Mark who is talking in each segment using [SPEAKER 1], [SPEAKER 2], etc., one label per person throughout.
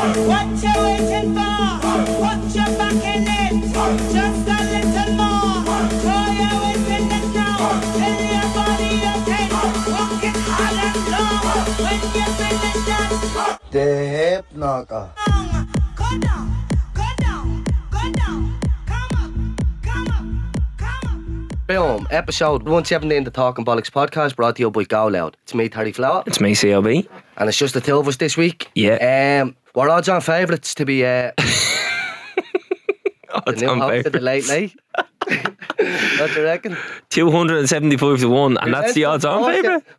[SPEAKER 1] What you waiting for? Put your back in it. Just a little more. Throw your weight in it now. Fill your body up and walk it hard and long. When you finish that
[SPEAKER 2] The hip knocker.
[SPEAKER 1] song, go down, go down, go down. Come up, come up, come up.
[SPEAKER 3] Boom. Episode 179 the Talking Bollocks podcast brought to you by Go Loud. It's me, Terry Flower,
[SPEAKER 4] It's me, CLB.
[SPEAKER 3] and it's just the two of us this week.
[SPEAKER 4] Yeah.
[SPEAKER 3] Um, we're odds on favourites to be uh, the new host of the late night. what do you reckon?
[SPEAKER 4] 275 to 1, and that's the odds on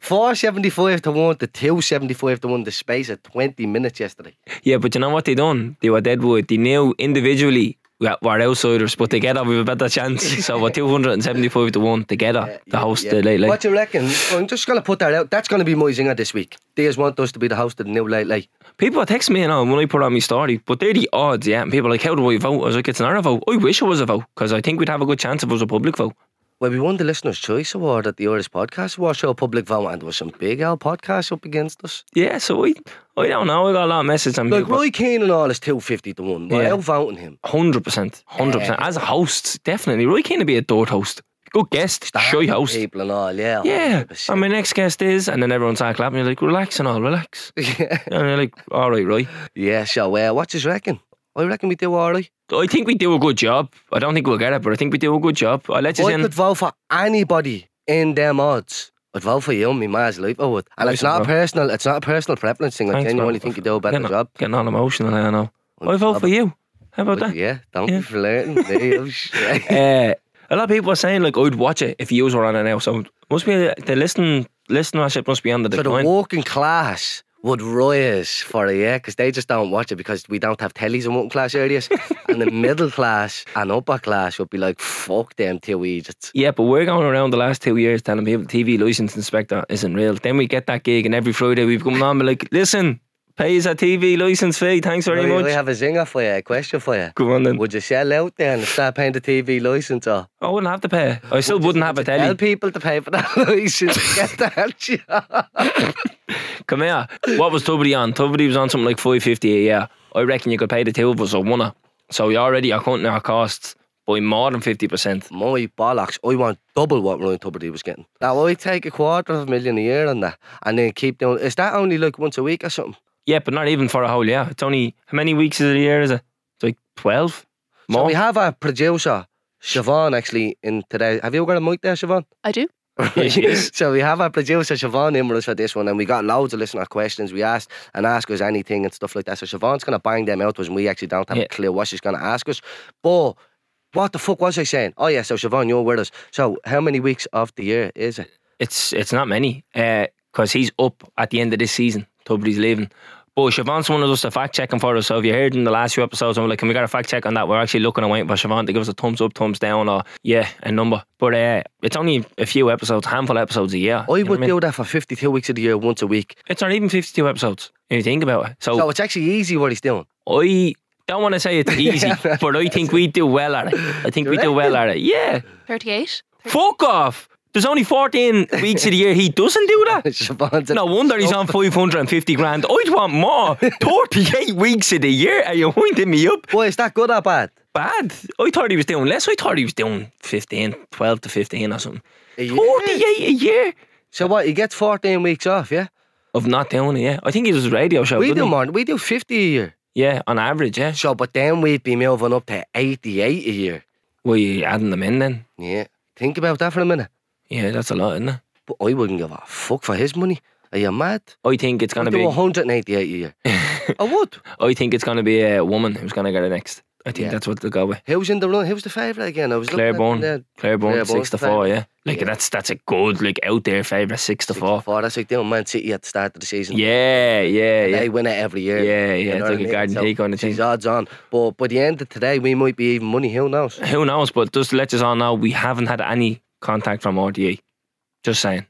[SPEAKER 3] Four se-
[SPEAKER 4] favourite.
[SPEAKER 3] 475 to 1 to 275 to 1 the space of 20 minutes yesterday.
[SPEAKER 4] Yeah, but you know what they done? They were Deadwood. They knew individually we- we're outsiders, but together we have a better chance. So we're 275 to 1 together to host
[SPEAKER 3] Uh, Yeah.
[SPEAKER 4] the late
[SPEAKER 3] What
[SPEAKER 4] late.
[SPEAKER 3] do you reckon? I'm just going to put that out. That's going to be my zinger this week. They just want us to be the host of the new late night.
[SPEAKER 4] People text me and all when I put on my story, but they're the odds, yeah. And people are like, how do I vote? I was like, it's not a vote. I wish it was a vote because I think we'd have a good chance if it was a public vote.
[SPEAKER 3] Well, we won the Listener's Choice Award at the Irish Podcast Award Show Public Vote, and there was some big old podcasts up against us.
[SPEAKER 4] Yeah, so I, I don't know. I got a lot of messages on
[SPEAKER 3] Like
[SPEAKER 4] people.
[SPEAKER 3] Roy Keane and all is 250 to 1. We're
[SPEAKER 4] Yeah.
[SPEAKER 3] outvoting him.
[SPEAKER 4] Hundred percent, hundred percent. As a host, definitely. Roy Keane to be a door host. Good guest, shy host.
[SPEAKER 3] People and all, yeah.
[SPEAKER 4] Yeah.
[SPEAKER 3] 100%.
[SPEAKER 4] And my next guest is, and then everyone starts clapping. You're like, relax and all, relax.
[SPEAKER 3] yeah.
[SPEAKER 4] And you're like, all right, Roy.
[SPEAKER 3] yeah, so uh, what you reckon? I reckon we do all right.
[SPEAKER 4] I think we do a good job. I don't think we'll get it, but I think we do a good job. I let you
[SPEAKER 3] I
[SPEAKER 4] in.
[SPEAKER 3] could vote for anybody in them odds. I'd vote for you and me, Mars life, I would. And it's
[SPEAKER 4] Listen,
[SPEAKER 3] not a
[SPEAKER 4] bro.
[SPEAKER 3] personal, it's not a personal preference thing. I
[SPEAKER 4] Thanks,
[SPEAKER 3] genuinely
[SPEAKER 4] bro.
[SPEAKER 3] think you do a better
[SPEAKER 4] getting,
[SPEAKER 3] job.
[SPEAKER 4] Getting all emotional, I know. I vote for you. How about that?
[SPEAKER 3] Yeah, don't
[SPEAKER 4] Yeah.
[SPEAKER 3] be flirting. Dave. Shit.
[SPEAKER 4] Uh, a lot of people are saying like I'd watch it if you were on it now. So it must be the listen listenership must be on the
[SPEAKER 3] So the
[SPEAKER 4] decline.
[SPEAKER 3] working class would riot for it, yeah, because they just don't watch it because we don't have tellies in working class areas. and the middle class and upper class would be like, fuck them two idiots.
[SPEAKER 4] Yeah, but we're going around the last two years telling people TV license inspector isn't real. Then we get that gig, and every Friday we've come on, we're like, listen, pay us a TV license fee. Thanks very
[SPEAKER 3] I
[SPEAKER 4] much.
[SPEAKER 3] really Oh, have a zinger for you, a question for you.
[SPEAKER 4] Go on then.
[SPEAKER 3] Would you sell out then and start paying the TV licence or?
[SPEAKER 4] I wouldn't have to pay. I still wouldn't have a
[SPEAKER 3] Tell
[SPEAKER 4] telly.
[SPEAKER 3] people to pay for that licence to get that job.
[SPEAKER 4] Come here. What was Tubbity on? Tubbity was on something like five fifty a year. I reckon you could pay the two of us or one. So you already are cutting our costs by more than fifty percent.
[SPEAKER 3] My bollocks, I want double what Ryan Tuberty was getting. Now, I take a quarter of a million a year on that and then keep doing Is that only like once a week or something?
[SPEAKER 4] Yeah, but not even for a whole year. It's only how many weeks is it a year? Is it? It's like twelve.
[SPEAKER 3] So
[SPEAKER 4] More.
[SPEAKER 3] we have our producer, Siobhan, actually, in today. Have you got a mic there, Siobhan?
[SPEAKER 5] I do.
[SPEAKER 4] Yeah, she is.
[SPEAKER 3] so we have our producer, Siobhan, in with us for this one, and we got loads of listener questions. We asked and asked us anything and stuff like that. So Siobhan's going to bang them out to us, and we actually don't have a
[SPEAKER 4] Yeah.
[SPEAKER 3] clue what she's going to ask us. But what the fuck was I saying? Oh, yeah, so Siobhan, you're with us. So how many weeks of the year is it?
[SPEAKER 4] It's it's not many because he's up at the end of this season. Tubri's leaving. But Siobhan's wanted us to fact check him for us. So if you heard in the last few episodes, I'm like, can we get a fact check on that? We're actually looking and waiting for Siobhan to give us a thumbs up, thumbs down, or yeah, a number. But uh, it's only a few episodes, handful of episodes a year.
[SPEAKER 3] I
[SPEAKER 4] you know what
[SPEAKER 3] would
[SPEAKER 4] I mean?
[SPEAKER 3] do that for 52 weeks of the year, once a week.
[SPEAKER 4] It's not even 52 episodes. If you think about it.
[SPEAKER 3] So
[SPEAKER 4] So,
[SPEAKER 3] it's actually easy what he's doing.
[SPEAKER 4] I don't want to say it's easy, but I think we do well at it. I think we do well at it. Yeah.
[SPEAKER 5] 38.
[SPEAKER 4] Fuck off. There's only 14 weeks of the year he doesn't do that.
[SPEAKER 3] Siobhan's
[SPEAKER 4] No wonder
[SPEAKER 3] Oh,
[SPEAKER 4] he's on 550 grand. I'd want more. 38 weeks of the year. Are you winding me up?
[SPEAKER 3] Boy, is that good or bad?
[SPEAKER 4] Bad. I thought he was doing less. I thought he was doing 15, 12 to 15 or something.
[SPEAKER 3] A year.
[SPEAKER 4] 48 a year
[SPEAKER 3] So what? He gets 14 weeks off, yeah?
[SPEAKER 4] of not doing it, yeah. I think it was a radio show.
[SPEAKER 3] We
[SPEAKER 4] didn't
[SPEAKER 3] do
[SPEAKER 4] he?
[SPEAKER 3] more. We do 50 a year.
[SPEAKER 4] Yeah, on average, yeah.
[SPEAKER 3] So, but then we'd be moving up to 88 a year.
[SPEAKER 4] Well, you adding them in then.
[SPEAKER 3] Yeah. Think about that for a minute.
[SPEAKER 4] Yeah, that's a lot, isn't it?
[SPEAKER 3] But I wouldn't give a fuck for his money. Are you mad?
[SPEAKER 4] I think it's going
[SPEAKER 3] I'd
[SPEAKER 4] to
[SPEAKER 3] do
[SPEAKER 4] be.
[SPEAKER 3] 188 a year. I would.
[SPEAKER 4] I think it's going to be a woman who's going to get it next. I think
[SPEAKER 3] Yeah.
[SPEAKER 4] that's what they'll go with.
[SPEAKER 3] Who's in the run? Who's the favourite again? I was
[SPEAKER 4] Claire
[SPEAKER 3] looking
[SPEAKER 4] Bourne.
[SPEAKER 3] at the-
[SPEAKER 4] Claire Bourne,
[SPEAKER 3] Claire Bourne's
[SPEAKER 4] six to four, yeah. Like
[SPEAKER 3] Yeah.
[SPEAKER 4] that's that's a good, like out there favourite, six to
[SPEAKER 3] Six
[SPEAKER 4] four.
[SPEAKER 3] four. That's like doing Man City at the start of the season.
[SPEAKER 4] Yeah, yeah, yeah.
[SPEAKER 3] They win it every year.
[SPEAKER 4] Yeah,
[SPEAKER 3] You
[SPEAKER 4] yeah,
[SPEAKER 3] know what
[SPEAKER 4] it's like
[SPEAKER 3] I
[SPEAKER 4] a
[SPEAKER 3] mean?
[SPEAKER 4] guarantee kind of
[SPEAKER 3] These
[SPEAKER 4] thing.
[SPEAKER 3] odds on. But by the end of today, we might be even money. Who knows?
[SPEAKER 4] Who knows? But just to let us all know, we haven't had any contact from RDA. Just saying.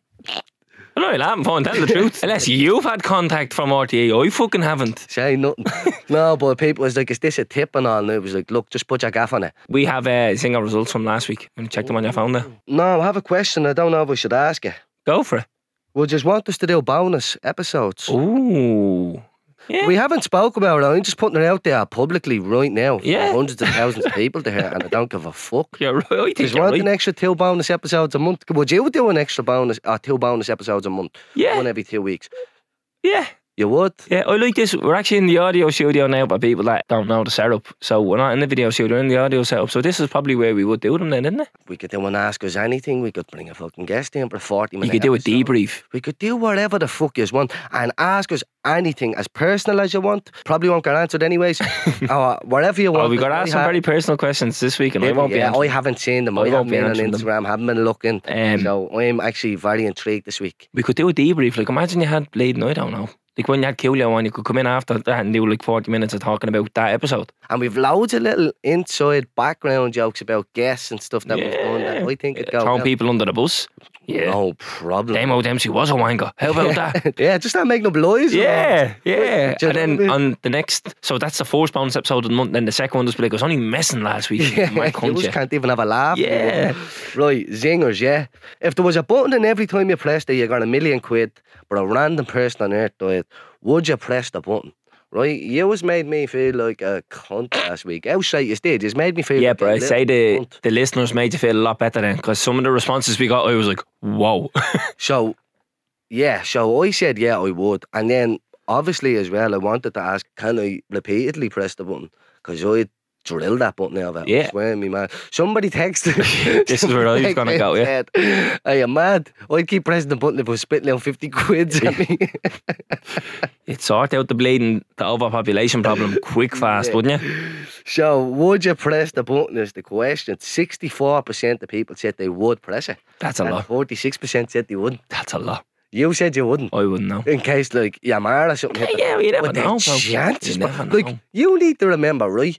[SPEAKER 4] I'm not laughing for tell the truth. Unless you've had contact from RTA, I fucking haven't.
[SPEAKER 3] Say nothing. no, but people was like, is this a tip and all? And it was like, look, just put your gaff on it.
[SPEAKER 4] We have uh, single results from last week. When you check them on your phone there.
[SPEAKER 3] No, I have a question. I don't know if I should ask you.
[SPEAKER 4] Go for it.
[SPEAKER 3] Would just want us to do bonus episodes.
[SPEAKER 4] Ooh. Oh, Yeah.
[SPEAKER 3] We haven't spoke about it. I'm just putting it out there publicly right now. for
[SPEAKER 4] Yeah.
[SPEAKER 3] Hundreds of thousands of people to hear, and I don't give a fuck.
[SPEAKER 4] You're right. I think
[SPEAKER 3] There's
[SPEAKER 4] you're
[SPEAKER 3] want
[SPEAKER 4] right.
[SPEAKER 3] an extra two bonus episodes a month. Would you do an extra bonus, uh, two bonus episodes a month? One
[SPEAKER 4] Yeah,
[SPEAKER 3] every two weeks.
[SPEAKER 4] yeah,
[SPEAKER 3] You would?
[SPEAKER 4] yeah. I like this. We're actually in the audio studio now, but people that don't know the setup, so we're not in the video studio, we're in the audio setup. So this is probably where we would do them then, isn't it?
[SPEAKER 3] We could do an ask us anything. We could bring a fucking guest in for 40
[SPEAKER 4] You
[SPEAKER 3] minutes.
[SPEAKER 4] could do a debrief.
[SPEAKER 3] We could do whatever the fuck you want and ask us anything as personal as you want. Probably won't get answered anyways. or whatever you want.
[SPEAKER 4] Oh, we
[SPEAKER 3] But
[SPEAKER 4] got
[SPEAKER 3] I
[SPEAKER 4] asked some
[SPEAKER 3] ha-
[SPEAKER 4] very personal questions this week, and I won't
[SPEAKER 3] yeah,
[SPEAKER 4] be.
[SPEAKER 3] I
[SPEAKER 4] answering.
[SPEAKER 3] haven't seen them.
[SPEAKER 4] I
[SPEAKER 3] I,
[SPEAKER 4] won't
[SPEAKER 3] haven't
[SPEAKER 4] be
[SPEAKER 3] been on
[SPEAKER 4] answering them.
[SPEAKER 3] Instagram. Haven't been looking.
[SPEAKER 4] Um,
[SPEAKER 3] so I'm actually very intrigued this week.
[SPEAKER 4] we could do a debrief. Like, imagine you had bleeding. I don't know. Like when you had Coolio on, you could come in after that and do like forty minutes of talking about that episode.
[SPEAKER 3] And we've loads of little inside background jokes about guests and stuff that we've done that I think it'd go
[SPEAKER 4] Throwing
[SPEAKER 3] well.
[SPEAKER 4] people under the bus. Yeah.
[SPEAKER 3] No problem.
[SPEAKER 4] Damo Dempsey was a wanker. How about that?
[SPEAKER 3] yeah, just not making up lies. you know.
[SPEAKER 4] Yeah, yeah.
[SPEAKER 3] Do you know
[SPEAKER 4] And
[SPEAKER 3] what I
[SPEAKER 4] then
[SPEAKER 3] mean?
[SPEAKER 4] on the next, so that's the fourth bonus episode of the month. Then the second one just be like, I was only messing last week.
[SPEAKER 3] Yeah,
[SPEAKER 4] My
[SPEAKER 3] you just
[SPEAKER 4] cunt,
[SPEAKER 3] can't even have a laugh.
[SPEAKER 4] yeah. yeah.
[SPEAKER 3] Right, zingers, yeah. If there was a button and every time you pressed it, you got a million quid, but a random person on earth died, would you press the button? Right, you was made me feel like a cunt last week. Outside you did, you made me feel
[SPEAKER 4] Yeah,
[SPEAKER 3] like
[SPEAKER 4] but
[SPEAKER 3] a
[SPEAKER 4] I
[SPEAKER 3] little
[SPEAKER 4] say the,
[SPEAKER 3] cunt.
[SPEAKER 4] the listeners made you feel a lot better then because some of the responses we got, I was like, whoa.
[SPEAKER 3] So, yeah, so I said, yeah, I would. And then, obviously, as well, I wanted to ask, can I repeatedly press the button? Because I drilled that button out of it.
[SPEAKER 4] Yeah.
[SPEAKER 3] Swear me, man. Somebody texted.
[SPEAKER 4] This is where I was gonna go, yeah.
[SPEAKER 3] yeah. Are you mad? I'd keep pressing the button if I was spitting out 50 quids at me.
[SPEAKER 4] It sorted out the bleeding, the overpopulation problem quick, fast,
[SPEAKER 3] Yeah.
[SPEAKER 4] wouldn't you?
[SPEAKER 3] so, would you press the button is the question. 64% of people said they would press it.
[SPEAKER 4] That's a
[SPEAKER 3] and
[SPEAKER 4] lot.
[SPEAKER 3] 46% said they wouldn't.
[SPEAKER 4] That's a lot.
[SPEAKER 3] You said you wouldn't.
[SPEAKER 4] I wouldn't know.
[SPEAKER 3] in case like Yamar or something. hit the-
[SPEAKER 4] Yeah, you never
[SPEAKER 3] but the
[SPEAKER 4] know, bro.
[SPEAKER 3] Chances,
[SPEAKER 4] You
[SPEAKER 3] bro.
[SPEAKER 4] never know.
[SPEAKER 3] Like you need to remember, right?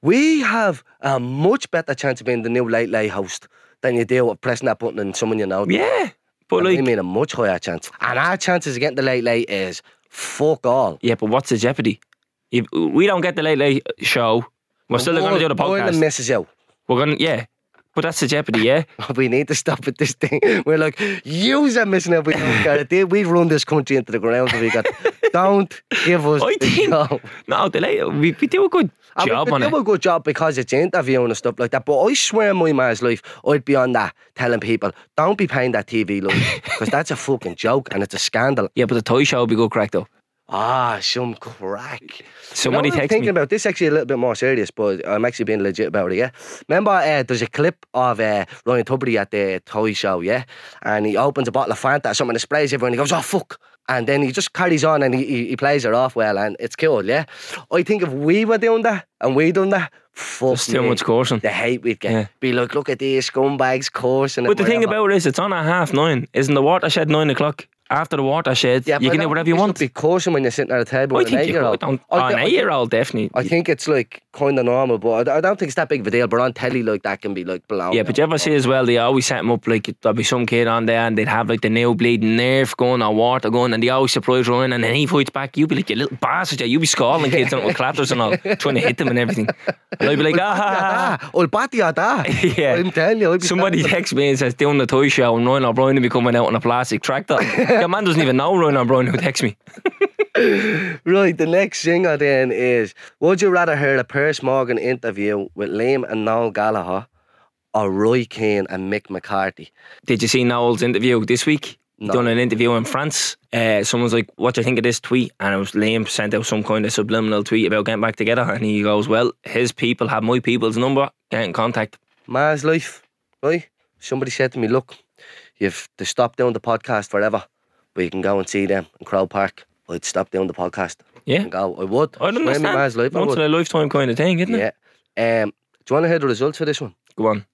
[SPEAKER 3] We have a much better chance of being the new late late host than you do of pressing that button and someone you know.
[SPEAKER 4] Yeah. But
[SPEAKER 3] And we
[SPEAKER 4] like,
[SPEAKER 3] mean a much higher chance. And our chances of getting the late late is fuck all.
[SPEAKER 4] yeah, but what's the jeopardy? If we don't get the late late show, we're still going to do the
[SPEAKER 3] Ireland
[SPEAKER 4] podcast.
[SPEAKER 3] misses out.
[SPEAKER 4] We're going to, yeah. But that's the jeopardy, yeah.
[SPEAKER 3] We need to stop with this thing. We're like, yous are missing out. We don't get it. They- We run this country into the ground. If we got, don't give us.
[SPEAKER 4] I
[SPEAKER 3] the
[SPEAKER 4] think-
[SPEAKER 3] show.
[SPEAKER 4] No, the late, we, we do a good
[SPEAKER 3] And
[SPEAKER 4] job
[SPEAKER 3] we could
[SPEAKER 4] on
[SPEAKER 3] do
[SPEAKER 4] it.
[SPEAKER 3] a good job because it's interviewing and stuff like that. But I swear in my man's life, I'd be on that telling people, don't be paying that TV loan because that's a fucking joke and it's a scandal.
[SPEAKER 4] Yeah, but the toy show would be good crack though.
[SPEAKER 3] Ah, some crack.
[SPEAKER 4] Somebody
[SPEAKER 3] you know what I'm
[SPEAKER 4] text
[SPEAKER 3] thinking
[SPEAKER 4] me.
[SPEAKER 3] about this actually a little bit more serious, but I'm actually being legit about it. Yeah, remember uh, there's a clip of uh, Ryan Tubridy at the toy show, yeah, and he opens a bottle of Fanta, or something and sprays everyone. He goes, "Oh fuck!" And then he just carries on and he, he, he plays it off well, and it's cool. Yeah, I think if we were doing that and we done that, fuck,
[SPEAKER 4] There's too
[SPEAKER 3] me,
[SPEAKER 4] much cursing.
[SPEAKER 3] The hate we'd get.
[SPEAKER 4] Yeah.
[SPEAKER 3] Be like, look at these scumbags cursing. and
[SPEAKER 4] But the thing
[SPEAKER 3] whatever."
[SPEAKER 4] about it is, it's on at half nine. Isn't the watershed nine o'clock? After the watershed, you
[SPEAKER 3] but
[SPEAKER 4] can
[SPEAKER 3] that-
[SPEAKER 4] do whatever you
[SPEAKER 3] should
[SPEAKER 4] want.
[SPEAKER 3] Be cursing when you're sitting at a table
[SPEAKER 4] I
[SPEAKER 3] with an
[SPEAKER 4] think you could.
[SPEAKER 3] eight-year-old.
[SPEAKER 4] Don't,
[SPEAKER 3] I
[SPEAKER 4] oh, an
[SPEAKER 3] thi- I
[SPEAKER 4] eight year old, definitely.
[SPEAKER 3] I think it's like kind of normal, but I, I don't think it's that big of a deal. But on telly, like that can be like blown.
[SPEAKER 4] Yeah, but you ever see as well, they always set them up like there'll be some kid on there and they'd have like the nail bleeding nerve gun or water gun and they always surprise Ryan and then he fights back. You'd be like, you little bastard, yeah, you'd be scalding kids and with clatters and all, trying to hit them and everything. And I'd be like, ah, ha, ha,
[SPEAKER 3] Ah, I'll bat you at that.
[SPEAKER 4] ha." yeah.
[SPEAKER 3] I'm telling you, I'll be
[SPEAKER 4] Somebody
[SPEAKER 3] standing
[SPEAKER 4] texts me and says, doing the toy show and Ryan O'Brien will be coming out on a plastic tractor. that man doesn't even know Ryan O'Brien who texts me.
[SPEAKER 3] up. Right, the next singer then is Would you rather hear a Pierce Morgan interview with Liam and Noel Gallagher or Roy Keane and Mick McCarthy?
[SPEAKER 4] Did you see Noel's interview this week? He
[SPEAKER 3] No.
[SPEAKER 4] done an interview in France. Uh, someone's like, "What do you think of this tweet?" And it was Liam sent out some kind of subliminal tweet about getting back together, and he goes, "Well, his people have my people's number. Get in contact."
[SPEAKER 3] Ma's life, right? Somebody said to me, Look, you've to stop doing the podcast forever, but you can go and see them in Crow Park. I'd stop doing the podcast
[SPEAKER 4] Yeah,
[SPEAKER 3] and go. I would.
[SPEAKER 4] I don't
[SPEAKER 3] Swear me
[SPEAKER 4] understand.
[SPEAKER 3] Ma's life, I
[SPEAKER 4] Once
[SPEAKER 3] would.
[SPEAKER 4] in a lifetime kind of thing, isn't it?
[SPEAKER 3] Yeah. Um, do you want to hear the results for this one?
[SPEAKER 4] Go on.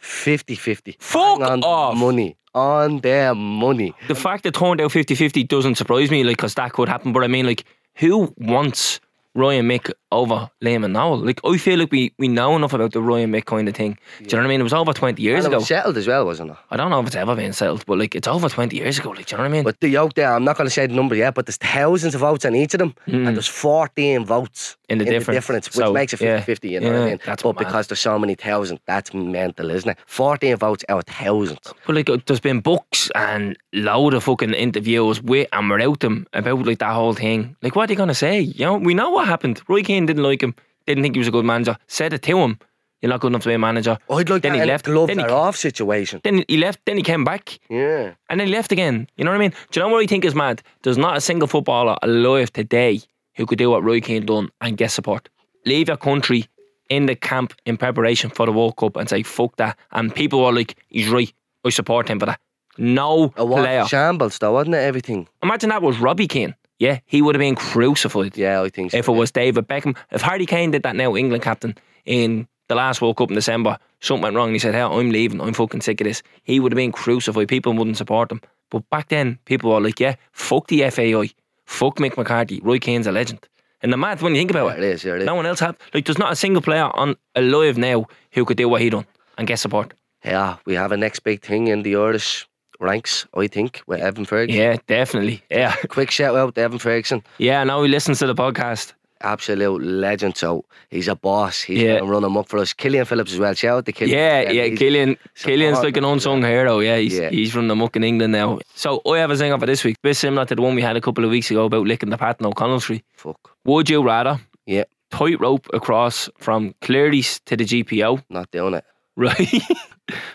[SPEAKER 3] 50 50.
[SPEAKER 4] Fuck
[SPEAKER 3] on
[SPEAKER 4] off.
[SPEAKER 3] money. On their money.
[SPEAKER 4] The fact that turned out 50-50 doesn't surprise me, like, because that could happen. But I mean, like, who wants Ryan Mick over Lehman Noel. Like I feel like we, we know enough about the Ryan Mick kind of thing. Do you know what I mean? It was over twenty years
[SPEAKER 3] And it
[SPEAKER 4] ago.
[SPEAKER 3] was settled as well, wasn't it?
[SPEAKER 4] I don't know if it's ever been settled, but like it's over twenty years ago. Like do you know what I mean?
[SPEAKER 3] But the yoke there, I'm not going to say the number yet, but there's thousands of votes on each of them, and there's 14 votes
[SPEAKER 4] Hmm. In the difference.
[SPEAKER 3] which
[SPEAKER 4] So,
[SPEAKER 3] makes it 50
[SPEAKER 4] yeah.
[SPEAKER 3] 50, you know what
[SPEAKER 4] Yeah,
[SPEAKER 3] I mean?
[SPEAKER 4] that's
[SPEAKER 3] but
[SPEAKER 4] mad.
[SPEAKER 3] because there's so many thousand, that's mental, isn't it? 14 votes out of thousands.
[SPEAKER 4] But like, uh, there's been books and load of fucking interviews with and without them about like that whole thing. Like, what are they gonna say? You know, we know what happened. Roy Keane didn't like him. Didn't think he was a good manager. Said it to him. You're not good enough to be a manager.
[SPEAKER 3] I'd like
[SPEAKER 4] then
[SPEAKER 3] that
[SPEAKER 4] he
[SPEAKER 3] in a
[SPEAKER 4] left.
[SPEAKER 3] glove
[SPEAKER 4] Then he,
[SPEAKER 3] that off situation.
[SPEAKER 4] then he left. Then he came back
[SPEAKER 3] Yeah.
[SPEAKER 4] and then he left again. You know what I mean? Do you know what I think is mad? There's not a single footballer alive today who could do what Roy Keane done and get support. Leave your country in the camp in preparation for the World Cup and say fuck that, and people are like, he's right. I support him for that. No
[SPEAKER 3] It was
[SPEAKER 4] player.
[SPEAKER 3] shambles, though, wasn't it? Everything.
[SPEAKER 4] Imagine that was Robbie Keane. Yeah, he would have been crucified
[SPEAKER 3] Yeah, I think so.
[SPEAKER 4] if it was David Beckham. If Harry Kane did that now, England captain, in the last World Cup in December, something went wrong and he said, Hey, I'm leaving, I'm fucking sick of this. He would have been crucified. People wouldn't support him. But back then, people were like, Yeah, fuck the FAI, fuck Mick McCarthy, Roy Kane's a legend. And the mad when you think about
[SPEAKER 3] Yeah, it is, yeah, it is.
[SPEAKER 4] No one else had like there's not a single player on alive now who could do what he done and get support.
[SPEAKER 3] yeah, we have a next big thing in the Irish ranks, I think, with Evan Ferguson.
[SPEAKER 4] Yeah, definitely. Yeah.
[SPEAKER 3] Quick shout out to Evan Ferguson.
[SPEAKER 4] Yeah, now he listens to the podcast.
[SPEAKER 3] absolute legend. So he's a boss. He's
[SPEAKER 4] Yeah.
[SPEAKER 3] gonna run him up for us. Killian Phillips as well. Shout out to Killian.
[SPEAKER 4] Yeah, yeah,
[SPEAKER 3] he's-
[SPEAKER 4] Killian. Killian's
[SPEAKER 3] hard
[SPEAKER 4] like an unsung hero. Yeah, he's,
[SPEAKER 3] Yeah.
[SPEAKER 4] he's from the muck in England now. So I have a thing for this week, bit similar to the one we had a couple of weeks ago about licking the Pat and O'Connell tree.
[SPEAKER 3] Fuck.
[SPEAKER 4] Would you rather
[SPEAKER 3] Yeah,
[SPEAKER 4] tightrope across from Cleary's to the GPO,
[SPEAKER 3] not doing it.
[SPEAKER 4] right?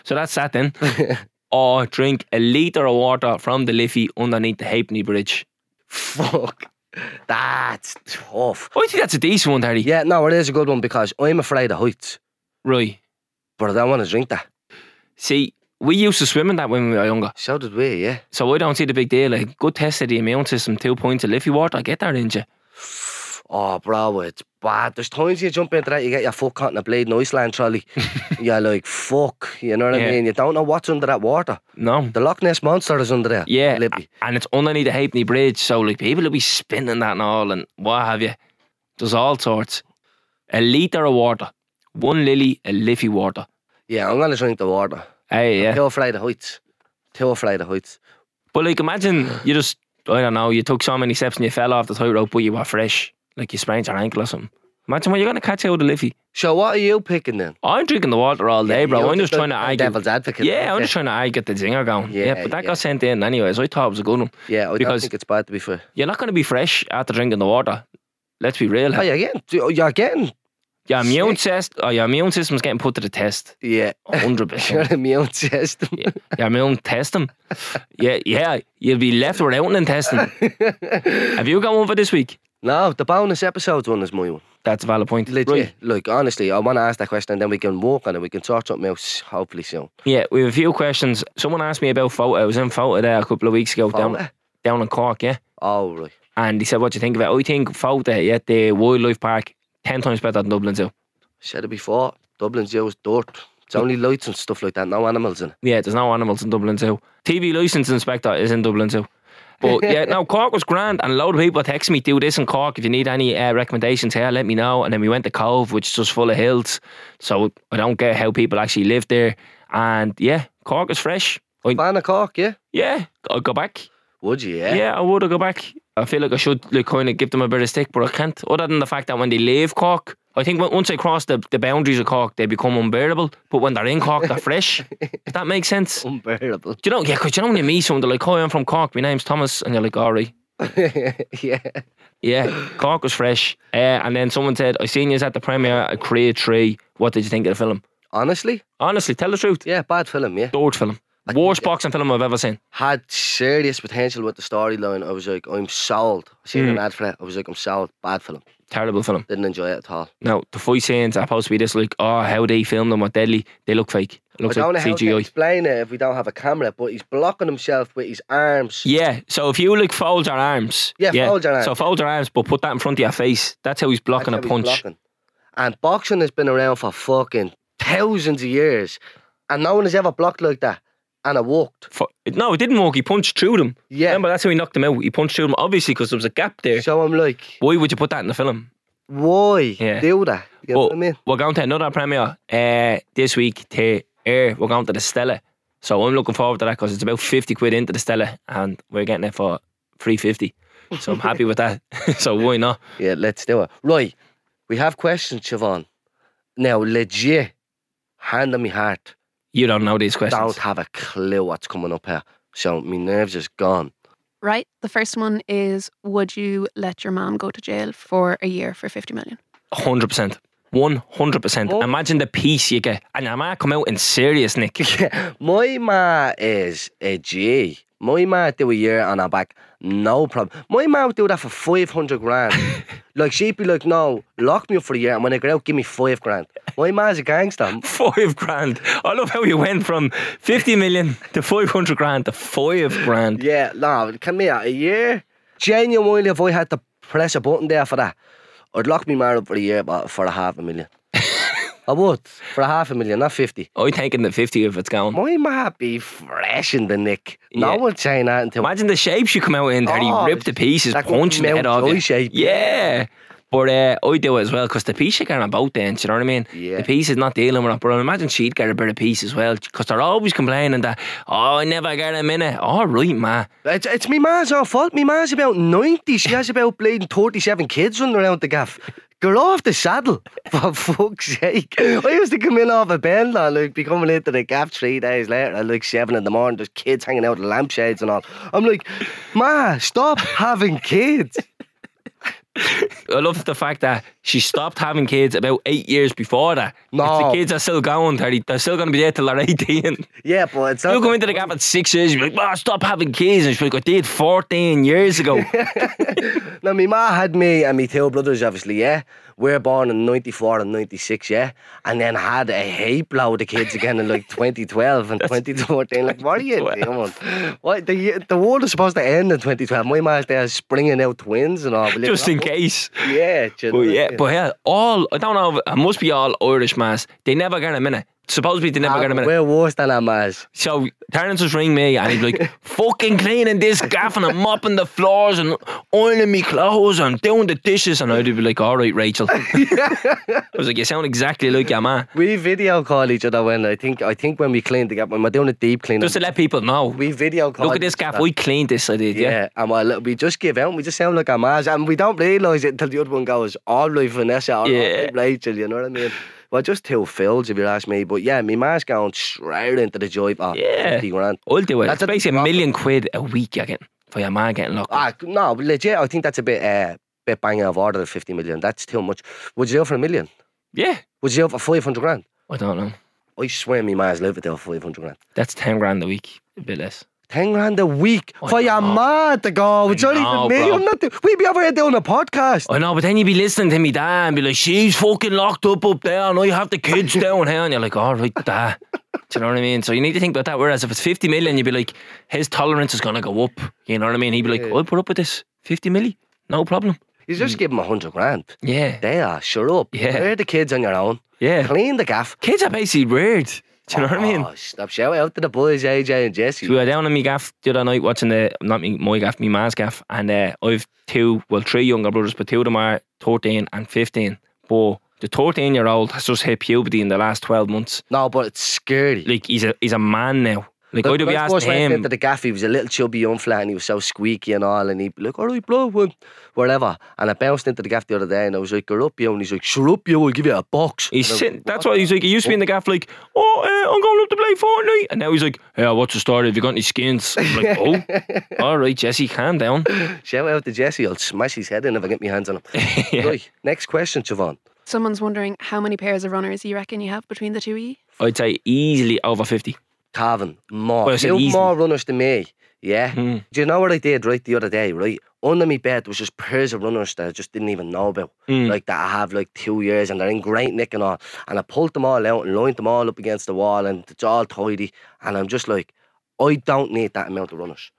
[SPEAKER 4] so that's that then. or drink a litre of water from the Liffey underneath the Halfpenny Bridge.
[SPEAKER 3] Fuck. That's tough.
[SPEAKER 4] I think that's a decent one, Terry.
[SPEAKER 3] Yeah, no, it is a good one because I'm afraid of heights,
[SPEAKER 4] Right.
[SPEAKER 3] but I don't want to drink that.
[SPEAKER 4] See, we used to swim in that when we were younger.
[SPEAKER 3] So did we, yeah.
[SPEAKER 4] So I don't see the big deal. Like, good test of the immune system, two points of Liffey water, get that in you.
[SPEAKER 3] Oh, bro, it's bad. There's times you jump into that, you get your foot caught in a blade in Iceland trolley. You're like, fuck, you know what
[SPEAKER 4] Yeah.
[SPEAKER 3] I mean? You don't know what's under that water.
[SPEAKER 4] No.
[SPEAKER 3] The Loch Ness Monster is under there.
[SPEAKER 4] Yeah,
[SPEAKER 3] Lippy.
[SPEAKER 4] a- and it's underneath the Halfpenny Bridge, so like people will be spinning that and all, and what have you. There's all sorts. A litre of water, one lily, a liffey water.
[SPEAKER 3] Yeah, I'm going to drink the water.
[SPEAKER 4] Hey, yeah.
[SPEAKER 3] Too afraid of heights. Too afraid of heights.
[SPEAKER 4] But like, imagine you just, I don't know, you took so many steps and you fell off the tightrope, but you were fresh, like you sprained your ankle or something. Imagine what you're gonna catch out of the liffey.
[SPEAKER 3] So what are you picking then?
[SPEAKER 4] I'm drinking the water all day, bro.
[SPEAKER 3] You're
[SPEAKER 4] I'm just
[SPEAKER 3] the
[SPEAKER 4] trying to argue.
[SPEAKER 3] Devil's advocate.
[SPEAKER 4] Yeah, I'm just trying to argue get the zinger going. Yeah,
[SPEAKER 3] Yeah,
[SPEAKER 4] but that
[SPEAKER 3] yeah.
[SPEAKER 4] got sent in anyways. I thought it was a good one.
[SPEAKER 3] Yeah, I don't
[SPEAKER 4] because-
[SPEAKER 3] think it's bad to be fair.
[SPEAKER 4] You're not gonna be fresh after drinking the water. Let's be real.
[SPEAKER 3] Oh, you're getting, you're getting,
[SPEAKER 4] Your immune test, oh, your immune system's getting put to the test.
[SPEAKER 3] yeah,
[SPEAKER 4] A Hundred
[SPEAKER 3] your
[SPEAKER 4] percent.
[SPEAKER 3] immune system.
[SPEAKER 4] Your immune testing. Yeah, yeah. You'll be left without an intestine. Have you got one for this week?
[SPEAKER 3] No, the bonus episodes one is my one.
[SPEAKER 4] That's a valid point.
[SPEAKER 3] Legit.
[SPEAKER 4] Right.
[SPEAKER 3] Look, honestly, I want to ask that question and then we can walk on it. We can sort something else hopefully soon.
[SPEAKER 4] Yeah, we have a few questions. Someone asked me about photo. I was in photo there a couple of weeks ago down
[SPEAKER 3] Photo?
[SPEAKER 4] down in Cork, yeah.
[SPEAKER 3] Oh, right.
[SPEAKER 4] And he said, "What do you think of it?" I think photo yeah, at the wildlife park ten times better than Dublin Zoo.
[SPEAKER 3] Said it before, Dublin's used dirt. It's only lights and stuff like that, no animals in it.
[SPEAKER 4] Yeah, there's no animals in Dublin Zoo. TV license inspector is in Dublin Zoo. But yeah, no, Cork was grand, and a load of people texted me, do this in Cork. If you need any uh, recommendations here, let me know. And then we went to Cove, which is just full of hills. So I don't get how people actually live there. And yeah, Cork is fresh. I,
[SPEAKER 3] Fan of Cork, yeah?
[SPEAKER 4] yeah, I'll go back.
[SPEAKER 3] Would you, yeah?
[SPEAKER 4] Yeah, I would I'll go back. I feel like I should like, kind of give them a bit of stick, but I can't. Other than the fact that when they leave Cork, I think when- once they cross the, the boundaries of Cork, they become unbearable. But when they're in Cork, they're fresh. If that makes sense.
[SPEAKER 3] Unbearable.
[SPEAKER 4] Do you know? Yeah, 'cause you know when you meet someone, they're like, "Hi, I'm from Cork. My name's Thomas," and you're like, "All right."
[SPEAKER 3] yeah.
[SPEAKER 4] Yeah, Cork was fresh. Uh, and then someone said, "I seen you at the premiere at Creed Tree. What did you think of the film?"
[SPEAKER 3] Honestly,
[SPEAKER 4] Honestly, tell the truth.
[SPEAKER 3] yeah, bad film, yeah.
[SPEAKER 4] Dord film. Worst boxing film I've ever seen.
[SPEAKER 3] had serious potential with the storyline. I was like, I'm sold. I seen
[SPEAKER 4] Hmm.
[SPEAKER 3] an ad for it. I was like, I'm sold. Bad film.
[SPEAKER 4] Terrible film.
[SPEAKER 3] Didn't enjoy it at all.
[SPEAKER 4] Now the fight scenes are supposed to be this like, oh, how they filmed them were deadly. They look fake. It looks
[SPEAKER 3] I don't
[SPEAKER 4] like
[SPEAKER 3] know how to
[SPEAKER 4] CGI.
[SPEAKER 3] explain it if we don't have a camera, but he's blocking himself with his arms.
[SPEAKER 4] Yeah, so if you like fold your arms,
[SPEAKER 3] Yeah, fold your arms.
[SPEAKER 4] So fold your arms, but put that in front of your face. That's how he's
[SPEAKER 3] That's
[SPEAKER 4] blocking
[SPEAKER 3] how
[SPEAKER 4] a
[SPEAKER 3] he's
[SPEAKER 4] punch.
[SPEAKER 3] blocking. And boxing has been around for fucking thousands of years, and no one has ever blocked like that. And it worked.
[SPEAKER 4] Fu- No, it didn't work. He punched through them.
[SPEAKER 3] Yeah.
[SPEAKER 4] Remember, that's how he knocked them out. He punched through them, obviously, because there was a gap there.
[SPEAKER 3] So I'm like,
[SPEAKER 4] Why would you put that in the film?
[SPEAKER 3] why
[SPEAKER 4] Yeah.
[SPEAKER 3] do that? You know
[SPEAKER 4] But
[SPEAKER 3] what I mean?
[SPEAKER 4] We're going to another premiere uh, this week to air. We're going to the Stella. So I'm looking forward to that because it's about 50 quid into the Stella and we're getting it for 350. So I'm happy with that. so why not?
[SPEAKER 3] Yeah, let's do it. Right, we have questions, Siobhan. Now, legit, hand on my heart,
[SPEAKER 4] You don't know these questions.
[SPEAKER 3] don't have a clue what's coming up here. So my nerves is gone.
[SPEAKER 5] Right. The first one is Would you let your mom go to jail for a year for 50 million?
[SPEAKER 4] 100%. 100%.
[SPEAKER 3] Oh.
[SPEAKER 4] Imagine the peace you get. And I might come out in serious, Nick.
[SPEAKER 3] My ma is a G. My ma do a year on her back, no problem. My ma would do that for 500 grand. like, she'd be like, no, lock me up for a year, and when I get out, give me five grand. My ma's a gangster.
[SPEAKER 4] Five grand. I love how you went from 50 million to 500 grand to five grand.
[SPEAKER 3] Yeah, no, come here, a year? Genuinely, if I had to press a button there for that, I'd lock me ma up for a year, but for a half a million. I would, for a half a million, not 50.
[SPEAKER 4] I think in Oh, the 50 if it's going.
[SPEAKER 3] My ma be fresh in the nick. No
[SPEAKER 4] Yeah.
[SPEAKER 3] one's saying that until
[SPEAKER 4] Imagine the shapes you come out in there.
[SPEAKER 3] Oh,
[SPEAKER 4] you rip the pieces,
[SPEAKER 3] like
[SPEAKER 4] punching the
[SPEAKER 3] Mount
[SPEAKER 4] head off
[SPEAKER 3] Joy
[SPEAKER 4] you.
[SPEAKER 3] shape.
[SPEAKER 4] Yeah. But uh, I do it as well because the piece you get on both ends, you know what I mean?
[SPEAKER 3] Yeah.
[SPEAKER 4] The piece is not dealing with it, but I imagine she'd get a bit of piece as well because they're always complaining that, oh, I never get a minute. All right, ma.
[SPEAKER 3] It's, it's me ma's our fault. Me ma's about 90. She has about bleeding 37 kids running around the gaff. Get off the saddle, for fuck's sake. I used to come in off a bend and like be coming into the gaff three days later at like seven in the morning. There's kids hanging out with lampshades and all. I'm like, Ma, stop having kids.
[SPEAKER 4] I love the fact that she stopped having kids about eight years before that.
[SPEAKER 3] No.
[SPEAKER 4] If the kids are still going, Terry. They're still going to be there till they're 18.
[SPEAKER 3] Yeah, but it's not.
[SPEAKER 4] You go into the gap at six years, you're like, oh, stop having kids. And she's like, I did 14 years ago.
[SPEAKER 3] Now, my ma had me and me two brothers, obviously, yeah. We were born in 94 and 96, yeah. And then had a heap load of kids again in like 2012 and 2014. Like, what are you doing? What, the, year- the world is supposed to end in 2012. My ma's there springing out twins and all. but
[SPEAKER 4] Just in
[SPEAKER 3] like,
[SPEAKER 4] case.
[SPEAKER 3] Oh, Yeah, do you know
[SPEAKER 4] But
[SPEAKER 3] what I
[SPEAKER 4] yeah,
[SPEAKER 3] mean?
[SPEAKER 4] but yeah, all, I don't know, it must be all Irish mass. They never get a minute. Supposedly they never
[SPEAKER 3] Ah,
[SPEAKER 4] get a minute.
[SPEAKER 3] We're worse than our ma's.
[SPEAKER 4] So Terrence was ringing me and he's like, fucking cleaning this gaff and I'm mopping the floors and oiling me clothes and doing the dishes. And I'd be like, all right, Rachel. I was like, you sound exactly like your man.
[SPEAKER 3] We video call each other when I think I think when we cleaned the gap, when we're doing a deep clean.
[SPEAKER 4] Just to let people know,
[SPEAKER 3] we video call.
[SPEAKER 4] look at this
[SPEAKER 3] each
[SPEAKER 4] gaff.
[SPEAKER 3] other.
[SPEAKER 4] We cleaned this, I did,
[SPEAKER 3] Yeah,
[SPEAKER 4] yeah.
[SPEAKER 3] and well, we just give out and we just sound like our ma's and we don't realise it until the other one goes, "Oh, all right, Vanessa, all
[SPEAKER 4] Yeah.
[SPEAKER 3] right, Rachel, you know what I mean? Well, just two fills if you ask me, but yeah, me ma's going straight into the joy bar.
[SPEAKER 4] Yeah.
[SPEAKER 3] 50 grand.
[SPEAKER 4] I'll do it.
[SPEAKER 3] That's
[SPEAKER 4] it's
[SPEAKER 3] a big
[SPEAKER 4] basically a
[SPEAKER 3] problem.
[SPEAKER 4] million quid a week you're getting for your man getting locked. up.
[SPEAKER 3] Ah, no, legit, I think that's a bit, uh, bit bang out of order, the 50 million. That's too much. Would you do it for a million?
[SPEAKER 4] yeah.
[SPEAKER 3] Would you do it for 500 grand?
[SPEAKER 4] I don't know.
[SPEAKER 3] I swear me ma's lived there for 500 grand.
[SPEAKER 4] That's 10 grand a week, a bit less.
[SPEAKER 3] 10 grand a week
[SPEAKER 4] I
[SPEAKER 3] for your
[SPEAKER 4] know.
[SPEAKER 3] ma to go. It's not
[SPEAKER 4] know,
[SPEAKER 3] even me.
[SPEAKER 4] bro.
[SPEAKER 3] I'm not do- We'd be over here doing a podcast.
[SPEAKER 4] I know, but then you'd be listening to me dad and be like, she's fucking locked up up there and I have the kids down here. And you're like, all right, dad. Do you know what I mean? So you need to think about that. Whereas if it's 50 million, you'd be like, his tolerance is going to go up. You know what I mean? He'd be like, I'll put up with this. 50 milli, no problem.
[SPEAKER 3] You
[SPEAKER 4] Mm.
[SPEAKER 3] just give him 100 grand.
[SPEAKER 4] Yeah.
[SPEAKER 3] They are. Shut up.
[SPEAKER 4] Yeah.
[SPEAKER 3] Wear the kids on your own.
[SPEAKER 4] Yeah.
[SPEAKER 3] Clean the gaff.
[SPEAKER 4] Kids are basically weird. Do you know what I mean?
[SPEAKER 3] Oh, stop. Shout out to the boys, AJ and Jesse.
[SPEAKER 4] So we were down in my gaff the other night watching the not me my gaff, my ma's gaff, and uh, I've two well three younger brothers, but two of them are thirteen and fifteen. But the thirteen year old has just hit puberty in the last twelve months.
[SPEAKER 3] No, but it's scary.
[SPEAKER 4] Like he's a he's a man now. Like
[SPEAKER 3] The
[SPEAKER 4] I'd have
[SPEAKER 3] first
[SPEAKER 4] asked
[SPEAKER 3] boss went
[SPEAKER 4] him
[SPEAKER 3] into the gaff, he was a little chubby young flat and he was so squeaky and all. And he'd be like, all right, blow one, whatever. And I bounced into the gaff the other day and I was like, get up, you. And he's like, shut up, you. I'll give you a box.
[SPEAKER 4] He's
[SPEAKER 3] And I-
[SPEAKER 4] sitting, that's why he's like, he used to be in the gaff like, oh, uh, I'm going up to play Fortnite. And now he's like, yeah, what's the story? Have you got any skins? I'm like, oh, all right, Jesse, calm down.
[SPEAKER 3] Shout out to Jesse. I'll smash his head in if I get my hands on him.
[SPEAKER 4] Yeah.
[SPEAKER 3] Right, next question, Siobhan.
[SPEAKER 5] Someone's wondering how many pairs of runners you reckon you have between the two of you?
[SPEAKER 4] I'd say easily over 50.
[SPEAKER 3] Calvin, more.
[SPEAKER 4] Well, I said
[SPEAKER 3] you
[SPEAKER 4] easy.
[SPEAKER 3] more runners than me. Yeah.
[SPEAKER 4] Hmm.
[SPEAKER 3] Do you know what I did right the other day, right? Under my bed was just pairs of runners that I just didn't even know about.
[SPEAKER 4] Hmm.
[SPEAKER 3] Like that I have like two years and they're in great nick and all. And I pulled them all out and lined them all up against the wall and it's all tidy. And I'm just like, I don't need that amount of runners.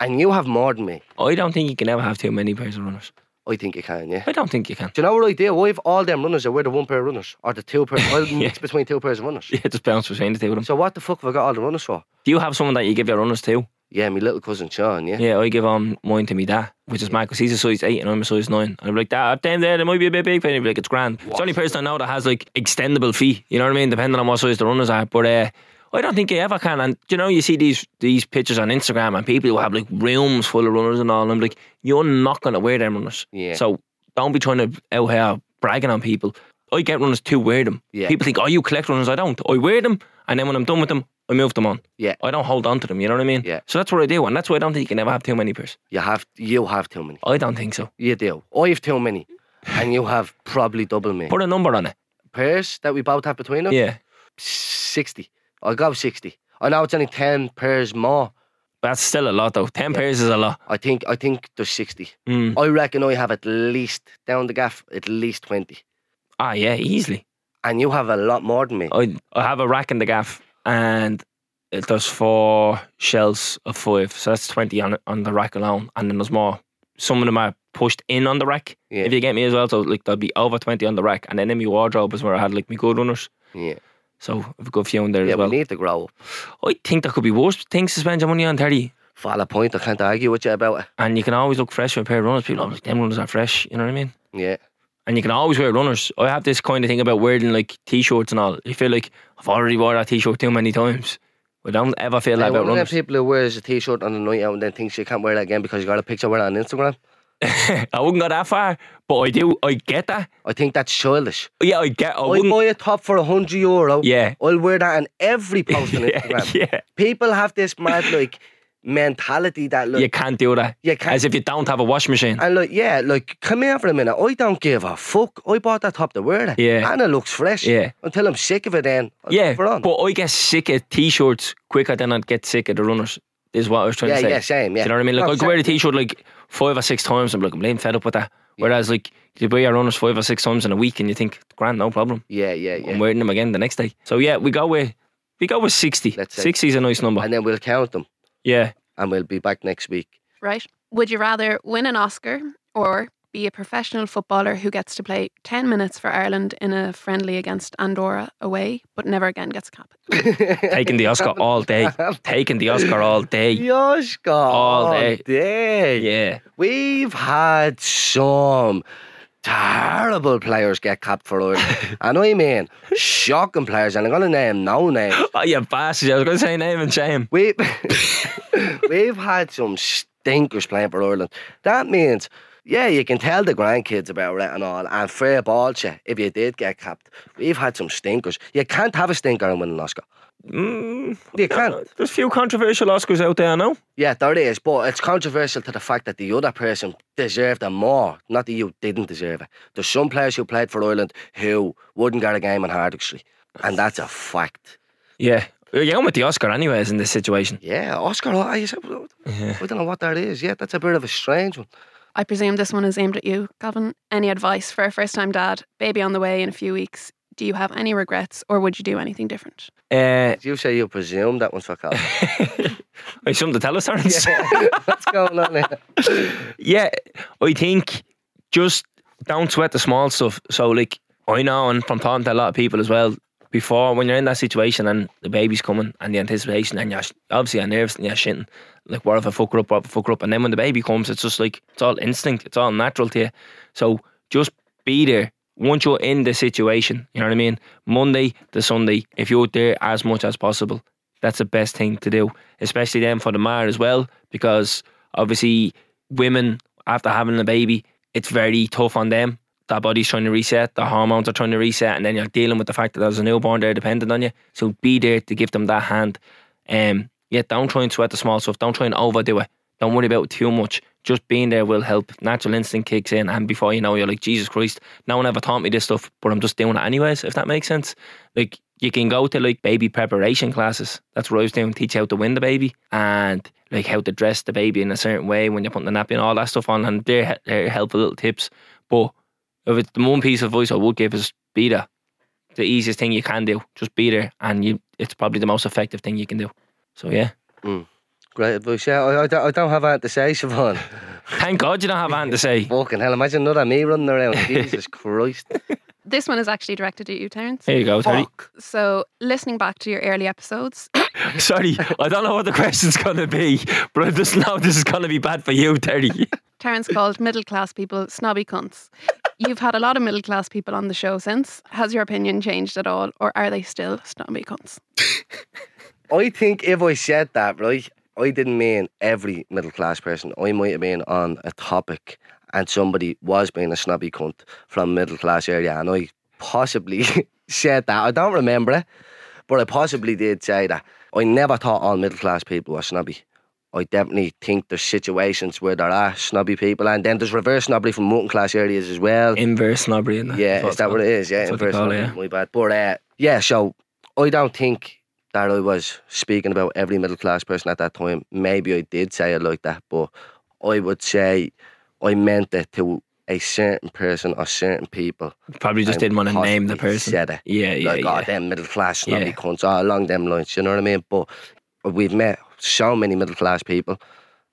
[SPEAKER 3] And you have more than me.
[SPEAKER 4] I don't think you can ever have too many pairs of runners.
[SPEAKER 3] I think you can, yeah.
[SPEAKER 4] I don't think you can.
[SPEAKER 3] Do you know what I do? I have all them runners that wear the one pair of runners or the two pair. I'll mix between two pairs of runners.
[SPEAKER 4] Yeah, just bounce between the two of them.
[SPEAKER 3] So what the fuck have I got all the runners for?
[SPEAKER 4] Do you have someone that you give your runners to?
[SPEAKER 3] Yeah, my little cousin Sean, yeah.
[SPEAKER 4] Yeah, I give um mine to me dad, which is mad because he's a size eight and I'm a size nine. And I'm like, Dad, damn there, it might be a bit big for you. He'd be like, it's grand. It's the only person I know that has like extendable feet. You know what I mean? Depending on what size the runners are. But uh, I don't think you ever can. And you know, you see these these pictures on Instagram and people who have like rooms full of runners and all. And I'm like, you're not gonna wear them runners.
[SPEAKER 3] Yeah.
[SPEAKER 4] So don't be trying to out here bragging on people. I get runners to wear them.
[SPEAKER 3] Yeah.
[SPEAKER 4] People think, oh, you collect runners. I don't. I wear them, and then when I'm done with them, I move them on.
[SPEAKER 3] Yeah.
[SPEAKER 4] I don't hold on to them. You know what I mean?
[SPEAKER 3] Yeah.
[SPEAKER 4] So that's what I do, and that's why I don't think you can ever have too many pairs.
[SPEAKER 3] You have you have too many.
[SPEAKER 4] I don't think so.
[SPEAKER 3] You do. I have too many. And you have probably double me.
[SPEAKER 4] Put a number on it.
[SPEAKER 3] Pairs that we both have between us?
[SPEAKER 4] Yeah.
[SPEAKER 3] 60. I'll go 60. I know it's only 10 pairs more.
[SPEAKER 4] But that's still a lot though. Ten pairs is a lot.
[SPEAKER 3] I think I think there's 60.
[SPEAKER 4] Mm.
[SPEAKER 3] I reckon I have at least, down the gaff, at least 20.
[SPEAKER 4] Ah, yeah, easily.
[SPEAKER 3] And you have a lot more than me.
[SPEAKER 4] I I have a rack in the gaff, and it does four shells of five, so that's twenty on on the rack alone. And then there's more. Some of them are pushed in on the rack.
[SPEAKER 3] Yeah.
[SPEAKER 4] If you get me as well, so like there'll be over twenty on the rack, and then in my wardrobe is where I had like my good runners.
[SPEAKER 3] yeah.
[SPEAKER 4] So I've got a few in there
[SPEAKER 3] Yeah,
[SPEAKER 4] as well.
[SPEAKER 3] we need to grow up.
[SPEAKER 4] I think there could be worse things to spend your money on, Terry.
[SPEAKER 3] Follow point, I can't argue with you about it.
[SPEAKER 4] And you can always look fresh with a pair of runners. People are like, them runners are fresh. You know what I mean?
[SPEAKER 3] Yeah.
[SPEAKER 4] and you can always wear runners. I have this kind of thing about wearing like t-shirts and all. You feel like I've already wore that t-shirt too many times. I don't ever feel
[SPEAKER 3] Yeah,
[SPEAKER 4] that about
[SPEAKER 3] one of them
[SPEAKER 4] runners.
[SPEAKER 3] people who wears a t-shirt on the night out and then thinks you can't wear that again because you got a picture with it on Instagram.
[SPEAKER 4] I wouldn't go that far, but I do. I get that.
[SPEAKER 3] I think that's childish.
[SPEAKER 4] Yeah, I get. I
[SPEAKER 3] I
[SPEAKER 4] wouldn't.
[SPEAKER 3] buy a top for a hundred euro.
[SPEAKER 4] Yeah.
[SPEAKER 3] I'll wear that on every post on
[SPEAKER 4] Yeah,
[SPEAKER 3] Instagram.
[SPEAKER 4] yeah.
[SPEAKER 3] People have this mad like mentality that like
[SPEAKER 4] You can't do that.
[SPEAKER 3] You can't-
[SPEAKER 4] As if you don't have a wash machine.
[SPEAKER 3] and like yeah, like come here for a minute. I don't give a fuck. I bought that top to wear it.
[SPEAKER 4] Yeah.
[SPEAKER 3] And it looks fresh.
[SPEAKER 4] Yeah.
[SPEAKER 3] Until I'm sick of it then. I'll
[SPEAKER 4] yeah,
[SPEAKER 3] leave it on.
[SPEAKER 4] but I get sick of t-shirts quicker than I'd get sick of the runners. Is what I was trying
[SPEAKER 3] yeah,
[SPEAKER 4] to say.
[SPEAKER 3] yeah, same,
[SPEAKER 4] Do
[SPEAKER 3] yeah.
[SPEAKER 4] you know what I mean? Like
[SPEAKER 3] No,
[SPEAKER 4] I could
[SPEAKER 3] same.
[SPEAKER 4] wear a t-shirt like five or six times. I'm like I'm lame fed up with that. Whereas like you buy your runners five or six times in a week, and you think, grand, no problem.
[SPEAKER 3] Yeah, yeah, yeah.
[SPEAKER 4] I'm wearing them again the next day. So yeah, we go with we go with sixty.
[SPEAKER 3] Let's say-
[SPEAKER 4] Sixty is a nice number.
[SPEAKER 3] And then we'll count them
[SPEAKER 4] yeah,
[SPEAKER 3] and we'll be back next week.
[SPEAKER 5] right? Would you rather win an Oscar or be a professional footballer who gets to play 10 minutes for Ireland in a friendly against Andorra away, but never again gets a cap?
[SPEAKER 4] taking the Oscar all day. Taking the Oscar all day.
[SPEAKER 3] Yoshka, all
[SPEAKER 4] day.
[SPEAKER 3] day.
[SPEAKER 4] Yeah,
[SPEAKER 3] We've had some terrible players get capped for Ireland. and I mean shocking players, and I'm gonna name no names.
[SPEAKER 4] oh you bastard! I was going to say name and shame.
[SPEAKER 3] We've we've had some stinkers playing for Ireland. That means, yeah, you can tell the grandkids about it and all, and fair ball to you if you did get capped. We've had some stinkers. You can't have a stinker and win an Oscar.
[SPEAKER 4] Mm,
[SPEAKER 3] You can't.
[SPEAKER 4] there's few controversial Oscars out there, no?
[SPEAKER 3] Yeah, there is, but it's controversial to the fact that the other person deserved them more, not that you didn't deserve it. There's some players who played for Ireland who wouldn't get a game in Hardixley, and that's a fact.
[SPEAKER 4] Yeah, you're going with the Oscar anyways in this situation.
[SPEAKER 3] Yeah, Oscar, I, I don't know what that is. Yeah, that's a bit of a strange one.
[SPEAKER 5] I presume this one is aimed at you, Calvin. Any advice for a first time dad, baby on the way in a few weeks? Do you have any regrets or would you do anything different?
[SPEAKER 4] Uh,
[SPEAKER 3] You say you presume that one's for Carl.
[SPEAKER 4] are you something to tell us, Terence?
[SPEAKER 3] What's going on here?
[SPEAKER 4] Yeah, I think just don't sweat the small stuff. So, like, I know, and from talking to a lot of people as well, before when you're in that situation and the baby's coming and the anticipation, and you're sh- obviously you're nervous and you're shitting, like, what if I fuck her up, what if I fuck her up? And then when the baby comes, it's just like, it's all instinct, it's all natural to you. So, just be there. Once you're in the situation, you know what I mean? Monday to Sunday, if you're there as much as possible, that's the best thing to do, especially then for the mare as well, because obviously women after having a baby, it's very tough on them. Their body's trying to reset, their hormones are trying to reset, and then you're dealing with the fact that there's a newborn there dependent on you. So be there to give them that hand. Um, yeah, don't try and sweat the small stuff. Don't try and overdo it. Don't worry about it too much. Just being there will help. Natural instinct kicks in, and before you know, you're like, Jesus Christ, no one ever taught me this stuff, but I'm just doing it anyways. If that makes sense, like you can go to like baby preparation classes. That's what I was doing, teach how to win the baby and like how to dress the baby in a certain way when you're putting the nappy and all that stuff on. And they're, they're helpful little tips. But if it's the one piece of advice I would give is be there. The easiest thing you can do, just be there, and you it's probably the most effective thing you can do. So yeah,
[SPEAKER 3] Great advice. Yeah, I, I, don't, I don't have anything to say, Siobhan.
[SPEAKER 4] thank God you don't have anything to say.
[SPEAKER 3] Fucking hell, imagine another me running around. Jesus Christ.
[SPEAKER 5] this one is actually directed at you, Terence.
[SPEAKER 4] Here you go, Terry.
[SPEAKER 3] Fuck.
[SPEAKER 5] So, listening back to your early episodes,
[SPEAKER 4] Sorry, I don't know what the question's going to be, but I just know this is going to be bad for you, Terry.
[SPEAKER 5] Terence called middle class people snobby cunts. You've had a lot of middle class people on the show since. Has your opinion changed at all, or are they still snobby cunts?
[SPEAKER 3] I think if I said that, right, I didn't mean every middle class person. I might have been on a topic and somebody was being a snobby cunt from middle class area and I possibly said that. I don't remember it, but I possibly did say that. I never thought all middle class people were snobby. I definitely think there's situations where there are snobby people and then there's reverse snobbery from working class areas as well.
[SPEAKER 4] Inverse snobbery. isn't it? That's
[SPEAKER 3] Yeah,
[SPEAKER 4] what
[SPEAKER 3] is
[SPEAKER 4] it's
[SPEAKER 3] that
[SPEAKER 4] called.
[SPEAKER 3] what it is? Yeah,
[SPEAKER 4] That's what they
[SPEAKER 3] inverse
[SPEAKER 4] call it,
[SPEAKER 3] snobbery, my bad. But uh, yeah, so I don't think that I was speaking about every middle class person at that time. Maybe I did say it like that, but I would say I meant it to a certain person or certain people.
[SPEAKER 4] Probably just
[SPEAKER 3] I
[SPEAKER 4] didn't want to name the
[SPEAKER 3] possibly
[SPEAKER 4] person.
[SPEAKER 3] Said it.
[SPEAKER 4] Yeah, yeah,
[SPEAKER 3] like,
[SPEAKER 4] yeah.
[SPEAKER 3] oh, them middle class snobby
[SPEAKER 4] Yeah.
[SPEAKER 3] cunts, oh, along them lines, you know what I mean? But we've met so many middle class people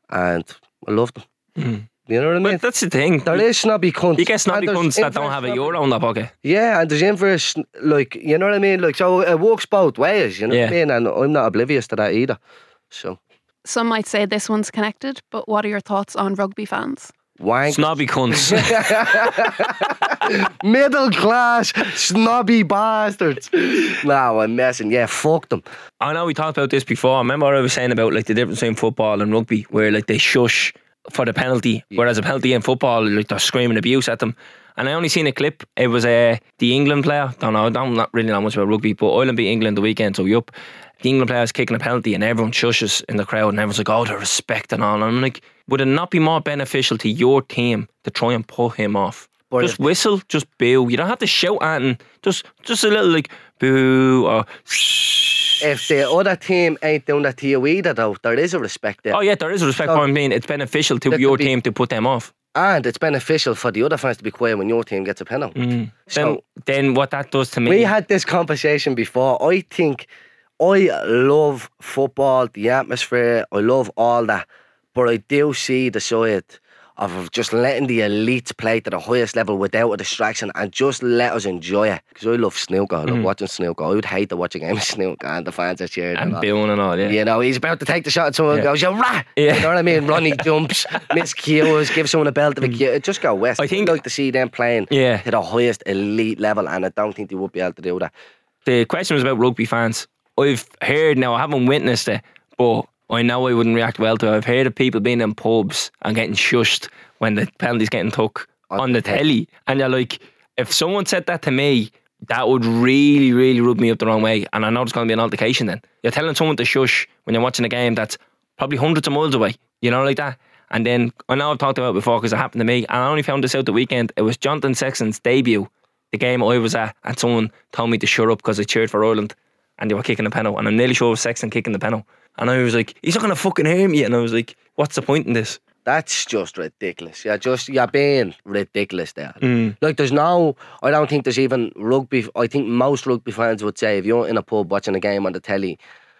[SPEAKER 3] and I love them.
[SPEAKER 4] Mm.
[SPEAKER 3] You know what I mean?
[SPEAKER 4] But that's the thing.
[SPEAKER 3] there is snobby cunts.
[SPEAKER 4] You get snobby
[SPEAKER 3] and there's
[SPEAKER 4] cunts that don't
[SPEAKER 3] inverse
[SPEAKER 4] have a
[SPEAKER 3] snobby
[SPEAKER 4] euro in their pocket.
[SPEAKER 3] yeah, and there's inverse, like, you know what I mean? Like, so it works both ways, you know what I
[SPEAKER 4] Yeah.
[SPEAKER 3] mean? And I'm not oblivious to that either. So,
[SPEAKER 5] Some might say this one's connected, but what are your thoughts on rugby fans?
[SPEAKER 3] wank.
[SPEAKER 4] Snobby cunts.
[SPEAKER 3] Middle class, snobby bastards. No, I'm messing. Yeah, fuck them.
[SPEAKER 4] I know we talked about this before. I remember I was saying about like the difference between football and rugby, where like they shush for the penalty, whereas a penalty in football, like they're screaming abuse at them. And I only seen a clip. It was uh, the England player. Don't know. I don't not really know much about rugby, but Ireland beat England the weekend. So yup, the England player is kicking a penalty, and everyone shushes in the crowd, and everyone's like, "Oh, the respect and all." And I'm like, would it not be more beneficial to your team to try and pull him off?
[SPEAKER 3] Or
[SPEAKER 4] just whistle, just boo. You don't have to shout at him. Just, just a little like boo or.
[SPEAKER 3] If the other team ain't doing that to you either, though, there is a respect there.
[SPEAKER 4] Oh yeah, there is a respect
[SPEAKER 3] So-
[SPEAKER 4] for him being. It's beneficial to
[SPEAKER 3] That
[SPEAKER 4] your
[SPEAKER 3] could be-
[SPEAKER 4] team to put them off.
[SPEAKER 3] And it's beneficial for the other fans to be quiet when your team gets a penalty.
[SPEAKER 4] Mm. Then,
[SPEAKER 3] So-
[SPEAKER 4] then what that does to me?
[SPEAKER 3] We had this conversation before. I think I love football, the atmosphere, I love all that. But I do see the side of just letting the elites play to the highest level without a distraction and just let us enjoy it. Because I love snooker, I love
[SPEAKER 4] Mm-hmm.
[SPEAKER 3] watching snooker. I would hate to watch a game of snooker and the fans are cheering.
[SPEAKER 4] and
[SPEAKER 3] all.
[SPEAKER 4] Bill and all. Yeah.
[SPEAKER 3] You know, he's about to take the shot and someone
[SPEAKER 4] Yeah.
[SPEAKER 3] goes, you rah!
[SPEAKER 4] Yeah.
[SPEAKER 3] You know what I mean? Ronnie jumps, miss cues, give someone a belt of a cue. Just go west.
[SPEAKER 4] Mm. I think-
[SPEAKER 3] I'd like to see them playing
[SPEAKER 4] Yeah.
[SPEAKER 3] to the highest elite level and I don't think they would be able to do that.
[SPEAKER 4] The question was about rugby fans. I've heard now. I haven't witnessed it, but I know I wouldn't react well to. it. I've heard of people being in pubs and getting shushed when the penalty's getting took on, the telly, and you're like, if someone said that to me. That would really, really rub me up the wrong way, and I know there's going to be an altercation. Then you're telling someone to shush when you're watching a game that's probably hundreds of miles away, you know, like that. And then I know I've talked about it before because it happened to me, and I only found this out the weekend. It was Jonathan Sexton's debut, the game I was at, and someone told me to shut up because I cheered for Ireland and they were kicking a penalty, and I'm nearly sure it was Sexton kicking the penalty. And I was like, he's not going to fucking hear me. And I was like, what's the point in this?
[SPEAKER 3] That's just ridiculous. You're just you're being ridiculous there.
[SPEAKER 4] Mm.
[SPEAKER 3] Like there's no I don't think there's even rugby I think most rugby fans would say if you're in a pub watching a game on the telly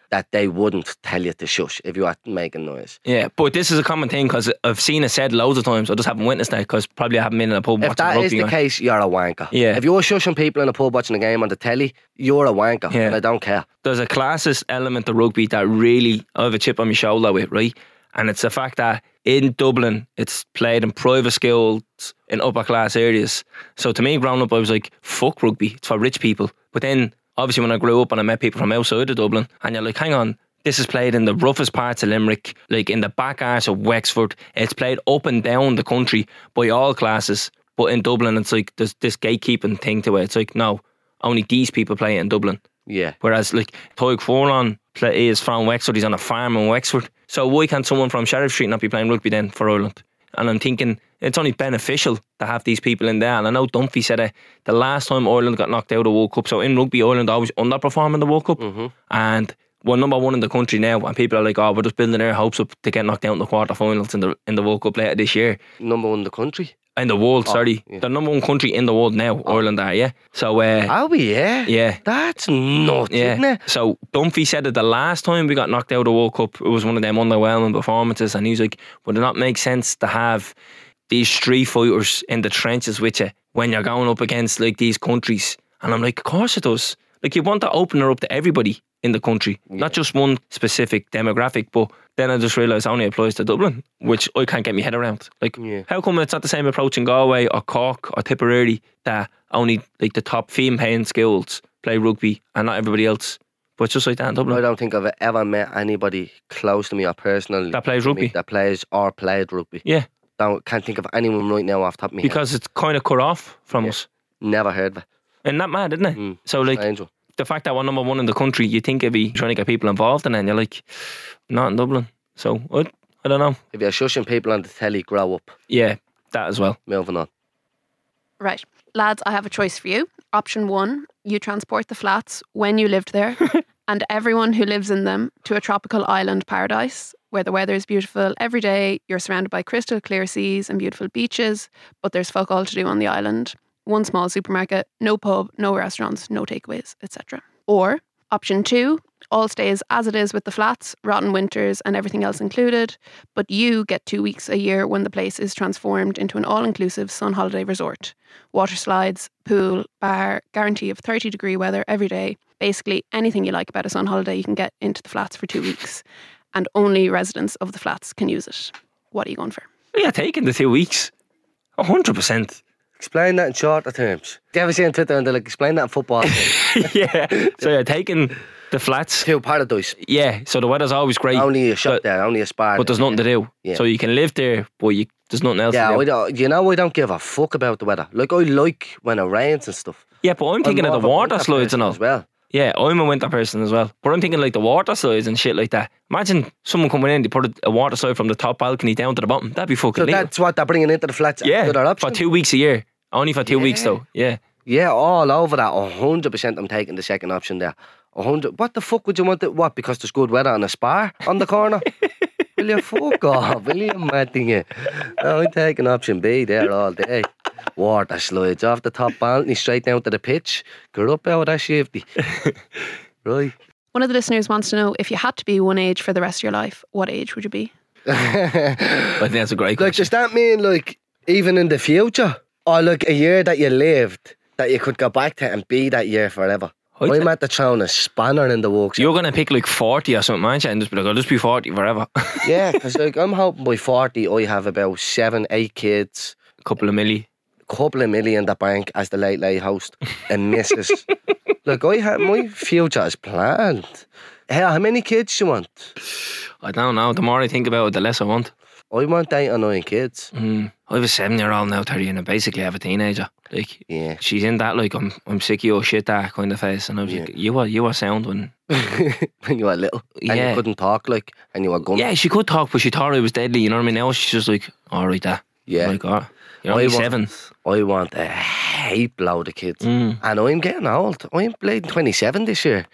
[SPEAKER 3] that they wouldn't tell you to shush if you are making noise.
[SPEAKER 4] Yeah, but this is a common thing because I've seen it said loads of times. I just haven't witnessed that because probably I haven't been in a pub
[SPEAKER 3] If
[SPEAKER 4] watching
[SPEAKER 3] that
[SPEAKER 4] rugby.
[SPEAKER 3] is the
[SPEAKER 4] going,
[SPEAKER 3] case, you're a wanker.
[SPEAKER 4] Yeah.
[SPEAKER 3] If you're shushing people in a pub watching a game on the telly, you're a wanker.
[SPEAKER 4] Yeah.
[SPEAKER 3] And I don't care.
[SPEAKER 4] there's a classist element to rugby that really I have a chip on my shoulder with, right? And it's the fact that in Dublin, it's played in private schools in upper class areas. So to me, growing up, I was like, fuck rugby, it's for rich people. But then obviously, when I grew up and I met people from outside of Dublin, and you're like, hang on, this is played in the roughest parts of Limerick, like in the back arse of Wexford. It's played up and down the country by all classes. But in Dublin, it's like there's this gatekeeping thing to it. It's like, no, only these people play it in Dublin.
[SPEAKER 3] Yeah.
[SPEAKER 4] Whereas like Tyg Forlan play, is from Wexford, he's on a farm in Wexford. So why can't someone from Sheriff Street not be playing rugby then for Ireland? And I'm thinking it's only beneficial to have these people in there. And I know Dunphy said it the last time Ireland got knocked out of the World Cup. So in rugby, Ireland always underperform in the World Cup.
[SPEAKER 3] Mm. Mm-hmm.
[SPEAKER 4] And we're number one in the country now. And people are like, oh, we're just building our hopes up to get knocked out in the quarterfinals in the, in the World Cup later this year
[SPEAKER 3] Number one in the country.
[SPEAKER 4] in the world. sorry,
[SPEAKER 3] Oh, yeah. Oh.
[SPEAKER 4] the number one country in the world now, Ireland are. Yeah. So uh,
[SPEAKER 3] Are we, yeah?
[SPEAKER 4] yeah,
[SPEAKER 3] That's nuts, isn't
[SPEAKER 4] yeah.
[SPEAKER 3] it?
[SPEAKER 4] So Dunphy said that the last time we got knocked out of the World Cup, it was one of them underwhelming performances, and he was like, "Would it not make sense to have these three fighters in the trenches with you when you're going up against like these countries. And I'm like, of course it does. Like you want to open her up to everybody in the country, not just one specific demographic. But then I just realised it only applies to Dublin, which I can't get my head around. Like,
[SPEAKER 3] Yeah.
[SPEAKER 4] how come it's not the same approach in Galway or Cork or Tipperary that only like the top fee-paying schools play rugby and not everybody else? But it's just like that in Dublin.
[SPEAKER 3] I don't think I've ever met anybody close to me or personally
[SPEAKER 4] That plays
[SPEAKER 3] to me
[SPEAKER 4] rugby.
[SPEAKER 3] that plays or played rugby.
[SPEAKER 4] Yeah,
[SPEAKER 3] Don't, can't think of anyone right now off the top of me.
[SPEAKER 4] because it's kind of cut off from
[SPEAKER 3] Yeah.
[SPEAKER 4] us.
[SPEAKER 3] Never heard of it.
[SPEAKER 4] And that mad, isn't it?
[SPEAKER 3] Mm.
[SPEAKER 4] So like
[SPEAKER 3] Strange one.
[SPEAKER 4] the fact that we're number one in the country, you think it'd be trying to get people involved, and then you're like, not in Dublin. So I, I don't know.
[SPEAKER 3] If you're shushing people on the telly, grow up.
[SPEAKER 4] Yeah, that as well.
[SPEAKER 3] Moving on.
[SPEAKER 5] Right. Lads, I have a choice for you. Option one, you transport the flats when you lived there and everyone who lives in them to a tropical island paradise where the weather is beautiful every day. You're surrounded by crystal clear seas and beautiful beaches, but there's fuck all to do on the island. One small supermarket, no pub, no restaurants, no takeaways, etc. Or option two, all stays as it is with the flats, rotten winters and everything else included, but you get two weeks a year when the place is transformed into an all inclusive sun holiday resort water slides, pool, bar, guarantee of 30 degree weather every day. Basically, anything you like about us on holiday, you can get into the flats for two weeks, and only residents of the flats can use it. What are you going for?
[SPEAKER 4] Yeah, taking the two weeks, a hundred percent.
[SPEAKER 3] Explain that in shorter terms. Do you ever see on Twitter and they're like, explain that in football?
[SPEAKER 4] Yeah. So you're taking the flats.
[SPEAKER 3] Two paradise.
[SPEAKER 4] Yeah. So the weather's always great,
[SPEAKER 3] Only a shot
[SPEAKER 4] But-
[SPEAKER 3] there, only a spar.
[SPEAKER 4] but
[SPEAKER 3] there.
[SPEAKER 4] there's nothing to do.
[SPEAKER 3] Yeah.
[SPEAKER 4] So you can live there, but you, there's nothing else.
[SPEAKER 3] yeah,
[SPEAKER 4] to
[SPEAKER 3] we
[SPEAKER 4] do.
[SPEAKER 3] don't, you know, we don't give a fuck about the weather. Like, I like when it rains and stuff.
[SPEAKER 4] yeah. But I'm thinking
[SPEAKER 3] more
[SPEAKER 4] of the
[SPEAKER 3] a
[SPEAKER 4] water
[SPEAKER 3] winter
[SPEAKER 4] slides
[SPEAKER 3] person
[SPEAKER 4] and all.
[SPEAKER 3] As well.
[SPEAKER 4] Yeah, I'm a winter person as well. But I'm thinking like the water slides and shit like that. Imagine someone coming in, they put a- a water slide from the top balcony down to the bottom. That'd be fucking
[SPEAKER 3] So
[SPEAKER 4] legal.
[SPEAKER 3] that's what they're bringing into the flats.
[SPEAKER 4] Yeah,
[SPEAKER 3] Another
[SPEAKER 4] for
[SPEAKER 3] option.
[SPEAKER 4] two weeks a year. Only for two weeks though. Yeah,
[SPEAKER 3] Yeah, all over that. 100% I'm taking the second option there. 100. What the fuck would you want? It? What? Because there's good weather and a spa on the corner? will you fuck off? Will you mad thing you? No, I'm taking option B there all day. Water slides off the top balcony straight down to the pitch. Get up out of that shifty. right.
[SPEAKER 5] One of the listeners wants to know if you had to be one age for the rest of your life, what age would you be?
[SPEAKER 4] I think that's a great
[SPEAKER 3] Like,
[SPEAKER 4] question.
[SPEAKER 3] does that mean, like, even in the future? Or, like, a year that you lived that you could go back to and be that year forever?
[SPEAKER 4] I'd
[SPEAKER 3] I'm
[SPEAKER 4] say-
[SPEAKER 3] at the throwing a spanner in the works.
[SPEAKER 4] You're gonna pick like forty or something, aren't you? And just be like, I'll just be forty forever. a
[SPEAKER 3] Yeah, because like I'm hoping by forty, I have about seven, eight kids,
[SPEAKER 4] couple of milli.
[SPEAKER 3] couple of million in the bank as the late late host, and missus. Look, I have my future is planned. Hey, how many kids you want?
[SPEAKER 4] I don't know. The more I think about it, the less I want.
[SPEAKER 3] I want eight or nine kids.
[SPEAKER 4] Mm. I have a seven year old now, thirty, and I basically have a teenager. Like
[SPEAKER 3] Yeah.
[SPEAKER 4] she's in that like I'm I'm sick of your shit that kind of face. And I was like, You were you were sound when
[SPEAKER 3] when you were little, and
[SPEAKER 4] Yeah.
[SPEAKER 3] you couldn't talk like, and you were gone.
[SPEAKER 4] Yeah, she could talk, but she thought I was deadly, you know what I mean? Now she's just like, Alright that.
[SPEAKER 3] Yeah.
[SPEAKER 4] Like, oh, you're
[SPEAKER 3] I
[SPEAKER 4] only
[SPEAKER 3] want-
[SPEAKER 4] seven.
[SPEAKER 3] I want a heap load of kids,
[SPEAKER 4] Mm.
[SPEAKER 3] and I'm getting old. I'm playing twenty seven this year.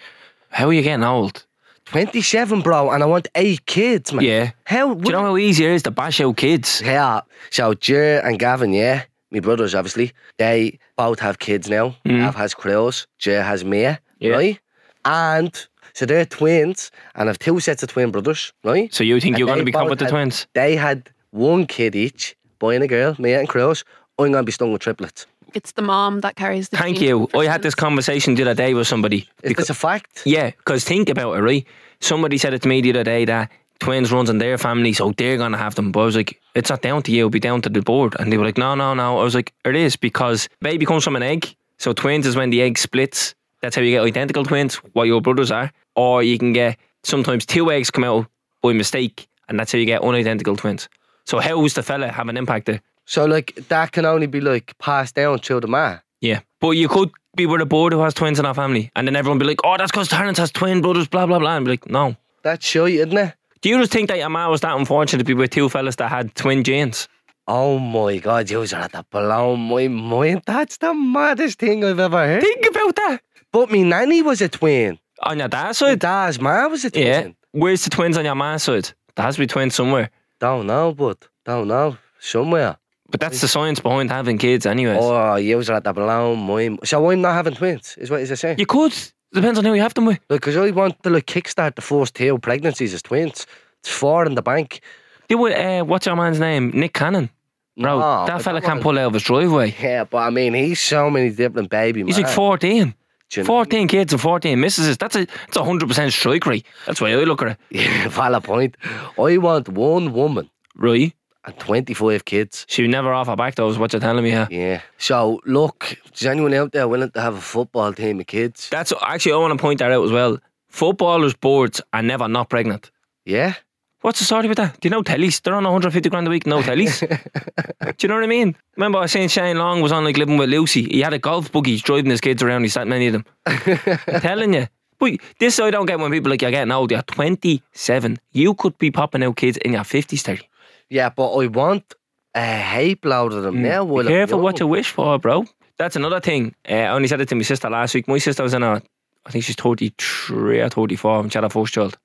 [SPEAKER 4] How are you getting old?
[SPEAKER 3] Twenty seven, bro, and I want eight kids, man.
[SPEAKER 4] Yeah.
[SPEAKER 3] How?
[SPEAKER 4] Do you know how easy it is to bash out kids?
[SPEAKER 3] Yeah. uh, So Jer and Gavin, yeah, my brothers obviously, they both have kids now. Gav has Krills, Jer has Mia,
[SPEAKER 4] Mm. Yeah.
[SPEAKER 3] right? And so they're twins and have two sets of twin brothers, right?
[SPEAKER 4] So you think
[SPEAKER 3] And
[SPEAKER 4] you're going to
[SPEAKER 3] they
[SPEAKER 4] be caught
[SPEAKER 3] both
[SPEAKER 4] with the
[SPEAKER 3] had-
[SPEAKER 4] twins?
[SPEAKER 3] They had one kid each, boy and a girl, Mia and Krills. I'm gonna be stung with triplets.
[SPEAKER 5] It's the mom that carries the.
[SPEAKER 4] Thank
[SPEAKER 5] genes
[SPEAKER 4] you.
[SPEAKER 5] for
[SPEAKER 4] I had this
[SPEAKER 5] instance.
[SPEAKER 4] conversation the other day with somebody.
[SPEAKER 3] Is
[SPEAKER 4] Because,
[SPEAKER 3] this a fact?
[SPEAKER 4] yeah, because think about it, right? Somebody said it to me the other day that twins runs in their family, so they're going to have them. But I was like, it's not down to you, it'll be down to the board. And they were like, no, no, no. I was like, it is because baby comes from an egg. So twins is when the egg splits. That's how you get identical twins, what your brothers are. Or you can get sometimes two eggs come out by mistake, and that's how you get unidentical twins. So how's the fella have an impact there?
[SPEAKER 3] So like that can only be like passed down through the ma.
[SPEAKER 4] Yeah. But you could be with a board who has twins in our family, and then everyone be like, oh, that's because Terence has twin brothers, blah, blah, blah. And be like, no.
[SPEAKER 3] That's shite, isn't it?
[SPEAKER 4] Do you just think that your ma was that unfortunate to be with two fellas that had twin genes?
[SPEAKER 3] Oh my god, you are at the blow my mind. That's the maddest thing I've ever heard.
[SPEAKER 4] Think about that.
[SPEAKER 3] But me nanny was a twin.
[SPEAKER 4] On your dad's
[SPEAKER 3] My
[SPEAKER 4] side?
[SPEAKER 3] dad's mom was a twin.
[SPEAKER 4] Hmm. Yeah. Where's the twins on your ma's side? There has to be twins somewhere.
[SPEAKER 3] Don't know, but don't know. Somewhere.
[SPEAKER 4] But that's the science behind having kids, anyways.
[SPEAKER 3] Oh, you was at the blow my m- So I'm not having twins, is what you're saying.
[SPEAKER 4] You could. Depends on who you have them with.
[SPEAKER 3] Look, because I want to like kickstart the first two pregnancies as twins. It's four in the bank.
[SPEAKER 4] Do it, uh, what's your man's name? Nick Cannon. Bro,
[SPEAKER 3] No,
[SPEAKER 4] that
[SPEAKER 3] but
[SPEAKER 4] fella
[SPEAKER 3] that
[SPEAKER 4] can't
[SPEAKER 3] one-
[SPEAKER 4] pull out of his driveway.
[SPEAKER 3] Yeah, but I mean, he's so many different baby.
[SPEAKER 4] He's
[SPEAKER 3] man.
[SPEAKER 4] like 14.
[SPEAKER 3] Do you know-
[SPEAKER 4] 14 kids and 14 misses. That's a it's a 100% strike rate. That's why I look at it.
[SPEAKER 3] Yeah, valid point. I want one woman
[SPEAKER 4] Right?
[SPEAKER 3] and 25 kids.
[SPEAKER 4] She would never off her back, though, is what you're telling me. Yeah.
[SPEAKER 3] Yeah. So, look, is anyone out there willing to have a football team of kids?
[SPEAKER 4] That's actually, I want to point that out as well. Footballers' boards are never not pregnant.
[SPEAKER 3] Yeah.
[SPEAKER 4] What's the story with that? Do you know tellies? They're on 150 grand a week, no tellies. Do you know what I mean? Remember I was saying Shane Long was on like living with Lucy. He had a golf buggy, he's driving his kids around, he's sat many of them. I'm telling you. But this I don't get when people like you're getting old, you're 27. You could be popping out kids in your 50s, Terry.
[SPEAKER 3] Yeah, but I want a heap load of them now.
[SPEAKER 4] Mm. Hmm. Be
[SPEAKER 3] Will I?
[SPEAKER 4] careful what
[SPEAKER 3] Yo.
[SPEAKER 4] you wish for, bro. That's another thing. Uh, I only said it to my sister last week. My sister was in a, I think she's 33 or 34, and she had her first child.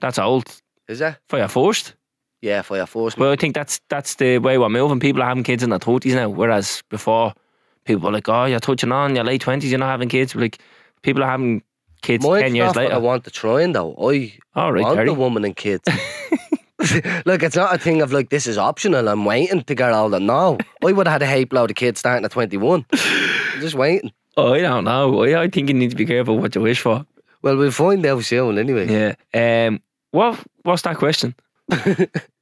[SPEAKER 4] That's old
[SPEAKER 3] Is that?
[SPEAKER 4] for your first.
[SPEAKER 3] Yeah, for your force.
[SPEAKER 4] Well, I think that's that's the way we're moving. People are having kids in their thirties now, whereas before people were like, "Oh, you're touching on your late twenties, you're not having kids." But like, people are having kids ten years
[SPEAKER 3] I
[SPEAKER 4] later.
[SPEAKER 3] want to try in though. I
[SPEAKER 4] All right,
[SPEAKER 3] want
[SPEAKER 4] Terry.
[SPEAKER 3] the woman and kids. Look, it's not a thing of like this is optional. I'm waiting to get older. No, I would have had a heap load of kids starting at 21. I'm just waiting.
[SPEAKER 4] Oh, I don't know. I, I think you need to be careful what you wish for.
[SPEAKER 3] Well, we'll find out soon anyway.
[SPEAKER 4] Yeah. Um. What What's that question?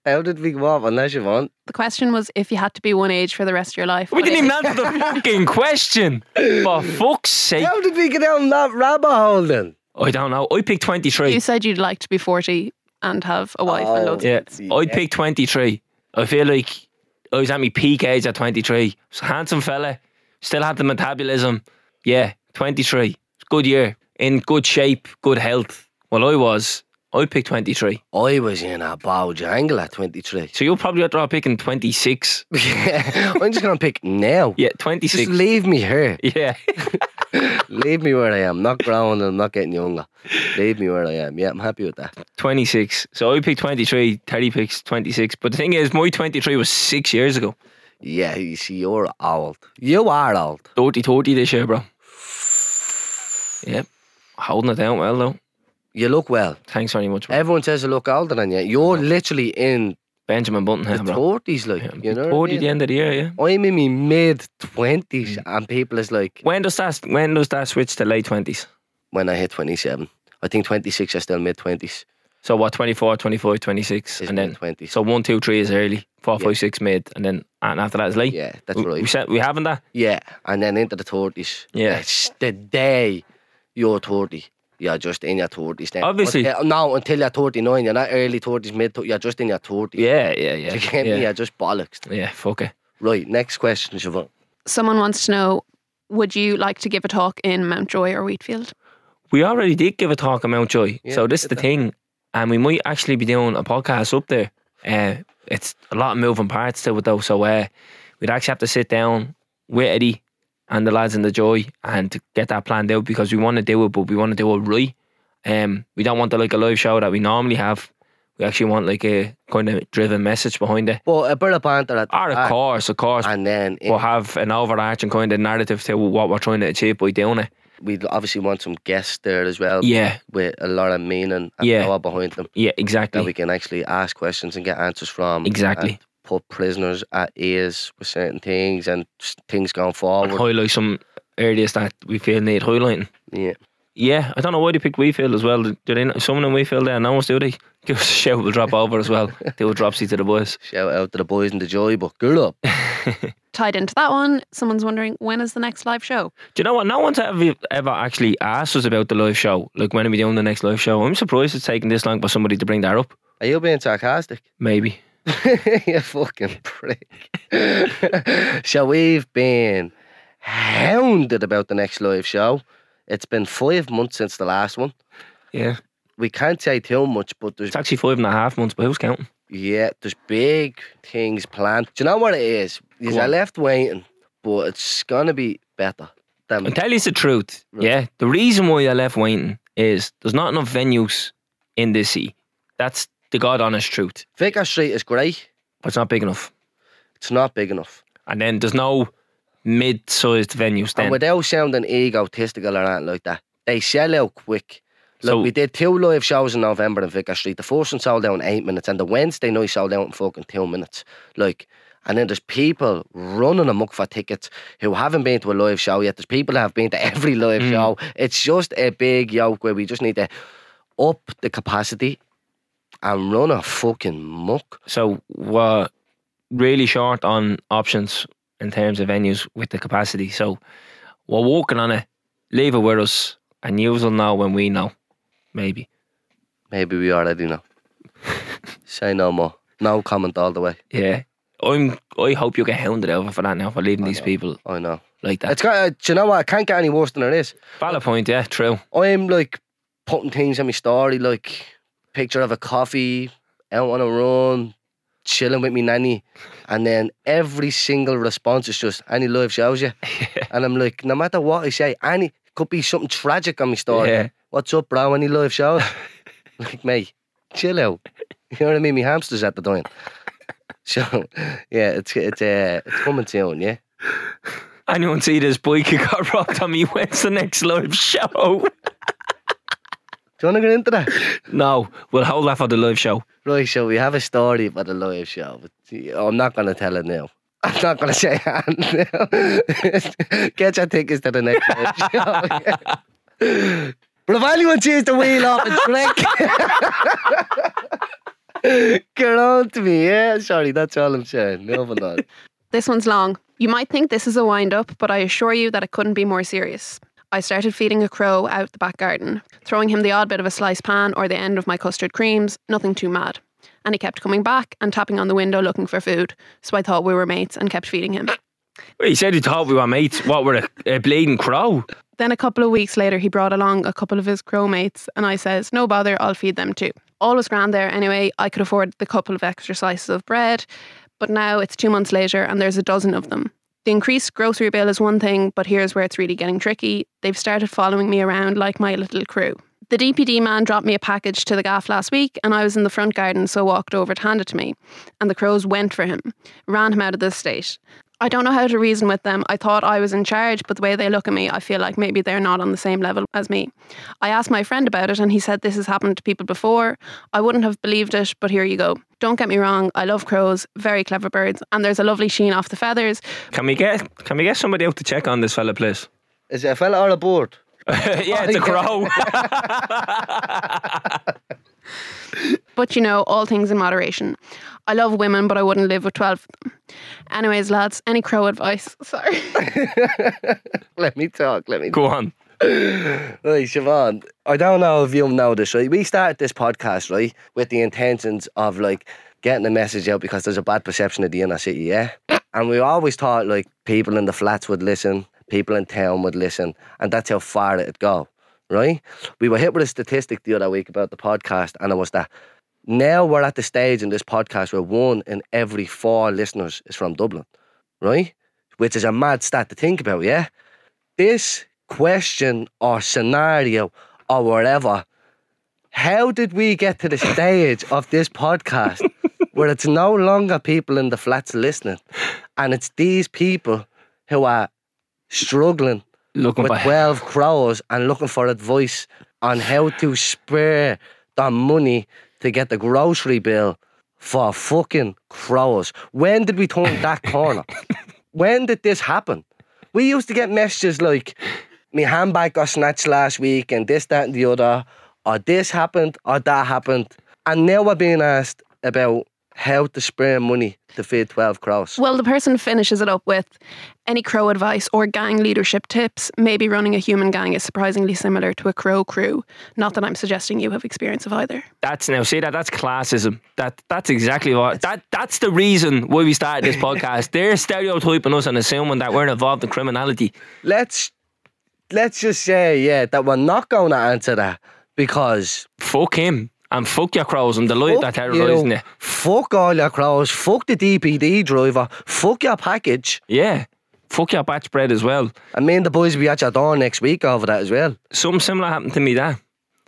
[SPEAKER 3] How did we go off unless you want?
[SPEAKER 5] The question was if you had to be one age for the rest of your life.
[SPEAKER 4] We
[SPEAKER 5] what
[SPEAKER 4] didn't
[SPEAKER 5] age-
[SPEAKER 4] even answer the fucking question. For fuck's sake!
[SPEAKER 3] How did we get down that rabbit hole then?
[SPEAKER 4] I don't know. I picked twenty
[SPEAKER 5] You
[SPEAKER 4] three.
[SPEAKER 5] said you'd like to be 40 and have a wife and
[SPEAKER 3] Oh.
[SPEAKER 5] loads of
[SPEAKER 4] Yeah.
[SPEAKER 5] kids.
[SPEAKER 4] I picked twenty three. I feel like I was at my peak age at twenty three. handsome fella, still had the metabolism. Yeah, 23. It's a good year. In good shape, good health. Well, I was. I picked 23.
[SPEAKER 3] I was in a bojangle at 23.
[SPEAKER 4] So you'll probably have to picking 26.
[SPEAKER 3] I'm just going to pick now.
[SPEAKER 4] Yeah,
[SPEAKER 3] Just
[SPEAKER 4] 26.
[SPEAKER 3] leave me here.
[SPEAKER 4] Yeah.
[SPEAKER 3] Leave me where I am. Not growing and not getting younger. Leave me where I am. Yeah, I'm happy with that.
[SPEAKER 4] 26. So I picked 23. Terry picks 26. But the thing is, my 23 was six years ago.
[SPEAKER 3] Yeah, you see, you're old. You are old.
[SPEAKER 4] 30 30 this year, bro. Yep. Holding it down well, though.
[SPEAKER 3] You look well.
[SPEAKER 4] Thanks very much, bro.
[SPEAKER 3] Everyone says you look older than you. You're literally in
[SPEAKER 4] Benjamin Button here,
[SPEAKER 3] the
[SPEAKER 4] bro.
[SPEAKER 3] forties, like
[SPEAKER 4] Yeah,
[SPEAKER 3] you know.
[SPEAKER 4] 40
[SPEAKER 3] what I
[SPEAKER 4] the end of the year, yeah. Mm.
[SPEAKER 3] am in my mid twenties, and people is like,
[SPEAKER 4] When does that when does that switch to late twenties?
[SPEAKER 3] when I hit twenty-seven, I think twenty-six are still mid twenties.
[SPEAKER 4] So what 24, 25, 26
[SPEAKER 3] Is
[SPEAKER 4] and then
[SPEAKER 3] mid twenties.
[SPEAKER 4] so one, two, three is early, four,
[SPEAKER 3] Yeah.
[SPEAKER 4] five, six mid and then and after that is late.
[SPEAKER 3] yeah, that's
[SPEAKER 4] we,
[SPEAKER 3] right.
[SPEAKER 4] We said we haven't that.
[SPEAKER 3] yeah, and then into the thirties.
[SPEAKER 4] Yeah.
[SPEAKER 3] it's the day you're thirty. You're just in your thirties then.
[SPEAKER 4] Obviously.
[SPEAKER 3] Until- no, until you're thirty-nine, you're not early thirties, mid. You're just in your thirties.
[SPEAKER 4] Yeah, yeah, yeah.
[SPEAKER 3] you get
[SPEAKER 4] yeah.
[SPEAKER 3] me? You're just bollocks.
[SPEAKER 4] Yeah, fuck it.
[SPEAKER 3] Right, next question, Siobhan.
[SPEAKER 5] Someone wants to know would you like to give a talk in Mountjoy or Wheatfield?
[SPEAKER 4] We already did give a talk on Mount Joy.
[SPEAKER 3] Yeah,
[SPEAKER 4] so
[SPEAKER 3] we
[SPEAKER 4] this is
[SPEAKER 3] did
[SPEAKER 4] the
[SPEAKER 3] that.
[SPEAKER 4] thing. And we might actually be doing a podcast up there. Uh, it's a lot of moving parts to it though. So uh, we'd actually have to sit down with Eddie and the lads in the Joy and to get that planned out because we want to do it, but we want to do it right. Um, we don't want to like a live show that we normally have. We actually want like a kind of driven message behind it.
[SPEAKER 3] Well, a bit of banter at the
[SPEAKER 4] Or of
[SPEAKER 3] back,
[SPEAKER 4] course, of course,
[SPEAKER 3] and then in
[SPEAKER 4] we'll have an overarching kind of narrative to what we're trying to achieve by doing it.
[SPEAKER 3] we'd obviously want some guests there as well.
[SPEAKER 4] Yeah,
[SPEAKER 3] With a lot of meaning and
[SPEAKER 4] Yeah.
[SPEAKER 3] power behind them
[SPEAKER 4] yeah,
[SPEAKER 3] that
[SPEAKER 4] exactly.
[SPEAKER 3] we can actually ask questions and get answers from.
[SPEAKER 4] Exactly.
[SPEAKER 3] and put prisoners at ease with certain things and s- things going
[SPEAKER 4] and
[SPEAKER 3] forward.
[SPEAKER 4] highlight some areas that we feel need highlighting.
[SPEAKER 3] Yeah.
[SPEAKER 4] Yeah, I don't know why they picked Weefield as well. Do they? not- Someone in Weefield there knows, do they? Give us a shout, we'll drop over as well. They will drop seat to the boys.
[SPEAKER 3] Shout out to the boys in the joy book. Good up.
[SPEAKER 5] Tied into that one, someone's wondering when is the next live show?
[SPEAKER 4] Do you know what? No one's ever, ever actually asked us about the live show. Like, when are we doing the next live show? I'm surprised it's taken this long for somebody to bring that up.
[SPEAKER 3] Are you being sarcastic?
[SPEAKER 4] Maybe.
[SPEAKER 3] you fucking prick. so we've been hounded about the next live show. It's been five months since the last one.
[SPEAKER 4] Yeah.
[SPEAKER 3] We can't say too much, but there's
[SPEAKER 4] It's actually five and a half months, but who's counting?
[SPEAKER 3] Yeah, there's big things planned. Do you know what it is? Is
[SPEAKER 4] Go
[SPEAKER 3] I
[SPEAKER 4] on.
[SPEAKER 3] left waiting, but it's gonna be better
[SPEAKER 4] I'll
[SPEAKER 3] than
[SPEAKER 4] tell you the truth. Yeah. The reason why I left waiting is there's not enough venues in this city. That's the God honest truth.
[SPEAKER 3] Vicar Street is great.
[SPEAKER 4] But it's not big enough.
[SPEAKER 3] It's not big enough.
[SPEAKER 4] And then there's no mid-sized venues
[SPEAKER 3] And
[SPEAKER 4] then.
[SPEAKER 3] without sounding egotistical or anything like that, they sell out quick. Look,
[SPEAKER 4] So-
[SPEAKER 3] we did two live shows in November in Vicar Street. The first one sold out in eight minutes, and the Wednesday night sold out in fucking two minutes. Like, And then there's people running amok for tickets who haven't been to a live show yet. There's people that have been to every live
[SPEAKER 4] Mm.
[SPEAKER 3] show. It's just a big yoke where we just need to up the capacity and run a fucking muck.
[SPEAKER 4] So we're really short on options in terms of venues with the capacity. So we're working on it. Leave it with us, and you will know when we know. Maybe.
[SPEAKER 3] Maybe we already know. Say no more. No comment all the way.
[SPEAKER 4] Yeah. I'm. I hope you get hounded over for that now for leaving these people
[SPEAKER 3] I know.
[SPEAKER 4] like that.
[SPEAKER 3] It's got. Uh, do you know what? It can't get any worse than it is.
[SPEAKER 4] Valid point. Yeah. True.
[SPEAKER 3] I'm like putting things in my story, like picture of a coffee, out on a run, chilling with me nanny, and then every single response is just any live shows you, and I'm like, no matter what I say, any could be something tragic on my story.
[SPEAKER 4] Yeah.
[SPEAKER 3] What's up, bro? Any live shows? like, mate, chill out. You know what I mean? My hamster's at the door. So, yeah, it's it's uh, it's coming soon, yeah.
[SPEAKER 4] Anyone see this bike who got robbed on me? When's the next live show?
[SPEAKER 3] Do you want to get into that?
[SPEAKER 4] no, we'll hold that for the live show.
[SPEAKER 3] Right, so we have a story about the live show, but I'm not going to tell it now. I'm not going to say it now. Get your tickets to the next live show. but if anyone sees the wheel off a trick, get on to me, yeah? Sorry, that's all I'm saying. Moving on.
[SPEAKER 5] This one's long. You might think this is a wind up, but I assure you that it couldn't be more serious. I started feeding a crow out the back garden, throwing him the odd bit of a sliced pan or the end of my custard creams, nothing too mad. And he kept coming back and tapping on the window looking for food, so I thought we were mates and kept feeding him.
[SPEAKER 4] Well, you said you thought we were mates. What were a, a bleeding crow?
[SPEAKER 5] Then a couple of weeks later, he brought along a couple of his crow mates, and I says, "No bother, I'll feed them too." All was grand there anyway. I could afford the couple of extra slices of bread, but now it's two months later, and there's a dozen of them. The increased grocery bill is one thing, but here's where it's really getting tricky. They've started following me around like my little crew. The DPD man dropped me a package to the gaff last week, and I was in the front garden, so walked over to hand it to me. And the crows went for him, ran him out of the state. I don't know how to reason with them. I thought I was in charge, but the way they look at me, I feel like maybe they're not on the same level as me. I asked my friend about it, and he said this has happened to people before. I wouldn't have believed it, but here you go. Don't get me wrong, I love crows, very clever birds, and there's a lovely sheen off the feathers.
[SPEAKER 4] Can we get Can we get somebody out to check on this fella, please? Oh,
[SPEAKER 3] Is it a fella or a board?
[SPEAKER 4] yeah, it's a crow.
[SPEAKER 5] But you know, all things in moderation. I love women, but I wouldn't live with 12 of them. Anyways, lads, any crow advice? Sorry.
[SPEAKER 3] Let me talk, let me
[SPEAKER 4] Go on.
[SPEAKER 3] Right, Siobhan, I don't know if you know this, right? We started this podcast, right, with the intentions of like getting the message out because there's a bad perception of the inner city, yeah? And we always thought like people in the flats would listen, people in town would listen, and that's how far it'd go, right? We were hit with a statistic the other week about the podcast, and it was that now we're at the stage in this podcast where one in every four listeners is from Dublin, right? Which is a mad stat to think about, yeah? this question or scenario or whatever, how did we get to the stage of this podcast where it's no longer people in the flats listening and it's these people who are struggling
[SPEAKER 4] Looking
[SPEAKER 3] with
[SPEAKER 4] for
[SPEAKER 3] 12 crows and looking for advice on how to spare the money to get the grocery bill for fucking crows? When did we turn that corner? when did this happen? We used to get messages like, my handbag got snatched last week and this, that, and the other, or this happened, or that happened. And now we're being asked about how to spare money to feed 12 crows.
[SPEAKER 5] Well, the person finishes it up with any crow advice or gang leadership tips. Maybe running a human gang is surprisingly similar to a crow crew. Not that I'm suggesting you have experience of either.
[SPEAKER 4] That's now see that that's classism. That that's exactly what that that's the reason why we started this podcast. They're stereotyping us and assuming that we're involved in criminality.
[SPEAKER 3] Let's let's just say, yeah, that we're not going to answer that because
[SPEAKER 4] Fuck him and fuck your crows and the light that
[SPEAKER 3] fuck
[SPEAKER 4] terrorising you.
[SPEAKER 3] fuck all your crows, fuck the DPD driver, fuck your package.
[SPEAKER 4] Yeah, fuck your batch bread as well.
[SPEAKER 3] I mean, the boys will be at your door next week over that as well.
[SPEAKER 4] Something similar happened to me there.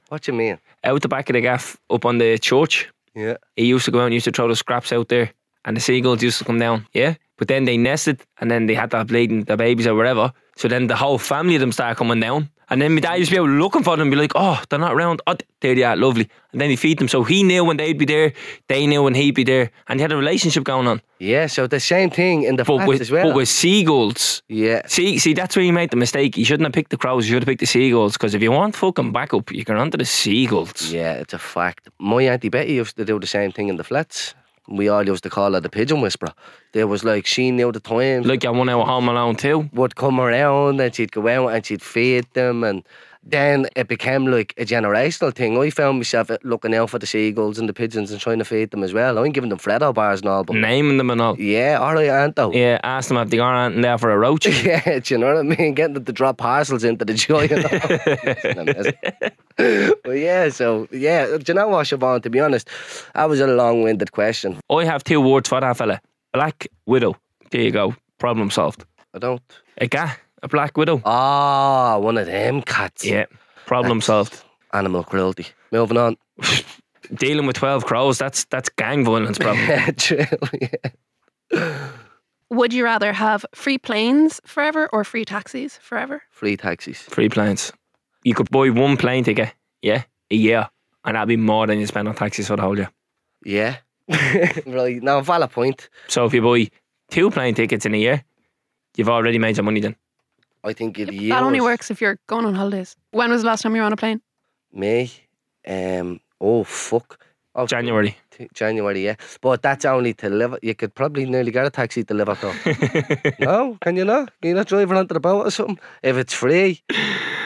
[SPEAKER 3] What you mean?
[SPEAKER 4] Out the back of the gaff, up on the church.
[SPEAKER 3] Yeah.
[SPEAKER 4] He used to go out and used to throw the scraps out there, and the seagulls used to come down. Yeah, but then they nested, and then they had that bleeding the babies or whatever. So then the whole family of them start coming down. And then my dad used to be out looking for them and be like, oh, they're not around. Oh, there they are, lovely. And then he feed them. So he knew when they'd be there, they knew when he'd be there. And he had a relationship going on.
[SPEAKER 3] Yeah, so the same thing in the
[SPEAKER 4] But
[SPEAKER 3] flats
[SPEAKER 4] with,
[SPEAKER 3] as well.
[SPEAKER 4] but with seagulls,
[SPEAKER 3] yeah.
[SPEAKER 4] See, see, that's where you made the mistake. You shouldn't have picked the crows. You should have picked the seagulls. Because if you want fucking backup, you can onto the seagulls.
[SPEAKER 3] Yeah, it's a fact. My auntie Betty used to do the same thing in the flats. We all used to call her the pigeon whisperer. There was like she knew the time.
[SPEAKER 4] Like I one hour home alone too.
[SPEAKER 3] would come around and she'd go out and she'd feed them and then it became like a generational thing. I found myself uh, looking out for the seagulls and the pigeons and trying to feed them as well. I ain't giving them Freddo bars and all, but
[SPEAKER 4] Naming them and all.
[SPEAKER 3] yeah, all right, aunt though.
[SPEAKER 4] Yeah, asked them if they got anything there for a roach.
[SPEAKER 3] Yeah, do you know what I mean? Getting them to drop parcels into the giant. but yeah, so yeah, do you know what, Siobhan? To be honest, that was a long-winded question.
[SPEAKER 4] I have two words for that fella. Black widow. There you go. Problem solved.
[SPEAKER 3] I don't.
[SPEAKER 4] A guy, a black widow.
[SPEAKER 3] Ah, one of them cats.
[SPEAKER 4] Yeah, problem solved.
[SPEAKER 3] Animal cruelty. Moving on.
[SPEAKER 4] Dealing with twelve crows. That's that's gang violence, bro.
[SPEAKER 3] Yeah, true. Yeah.
[SPEAKER 5] Would you rather have free planes forever or free taxis forever?
[SPEAKER 3] Free taxis.
[SPEAKER 4] Free planes. You could buy one plane ticket. Yeah, a year, and that'd be more than you spend on taxis for the whole year.
[SPEAKER 3] Yeah. right. Now, valid point.
[SPEAKER 4] So if you buy two plane tickets in a year, you've already made your money then.
[SPEAKER 3] I think it
[SPEAKER 5] That only works if you're going on holidays. When was the last time you were on a plane?
[SPEAKER 3] Me. Um. Oh fuck. Oh,
[SPEAKER 4] January.
[SPEAKER 3] t- January, yeah. But that's only to Liverpool. You could probably nearly get a taxi to Liverpool. no, can you not? Can you not drive around to the boat or something? If it's free,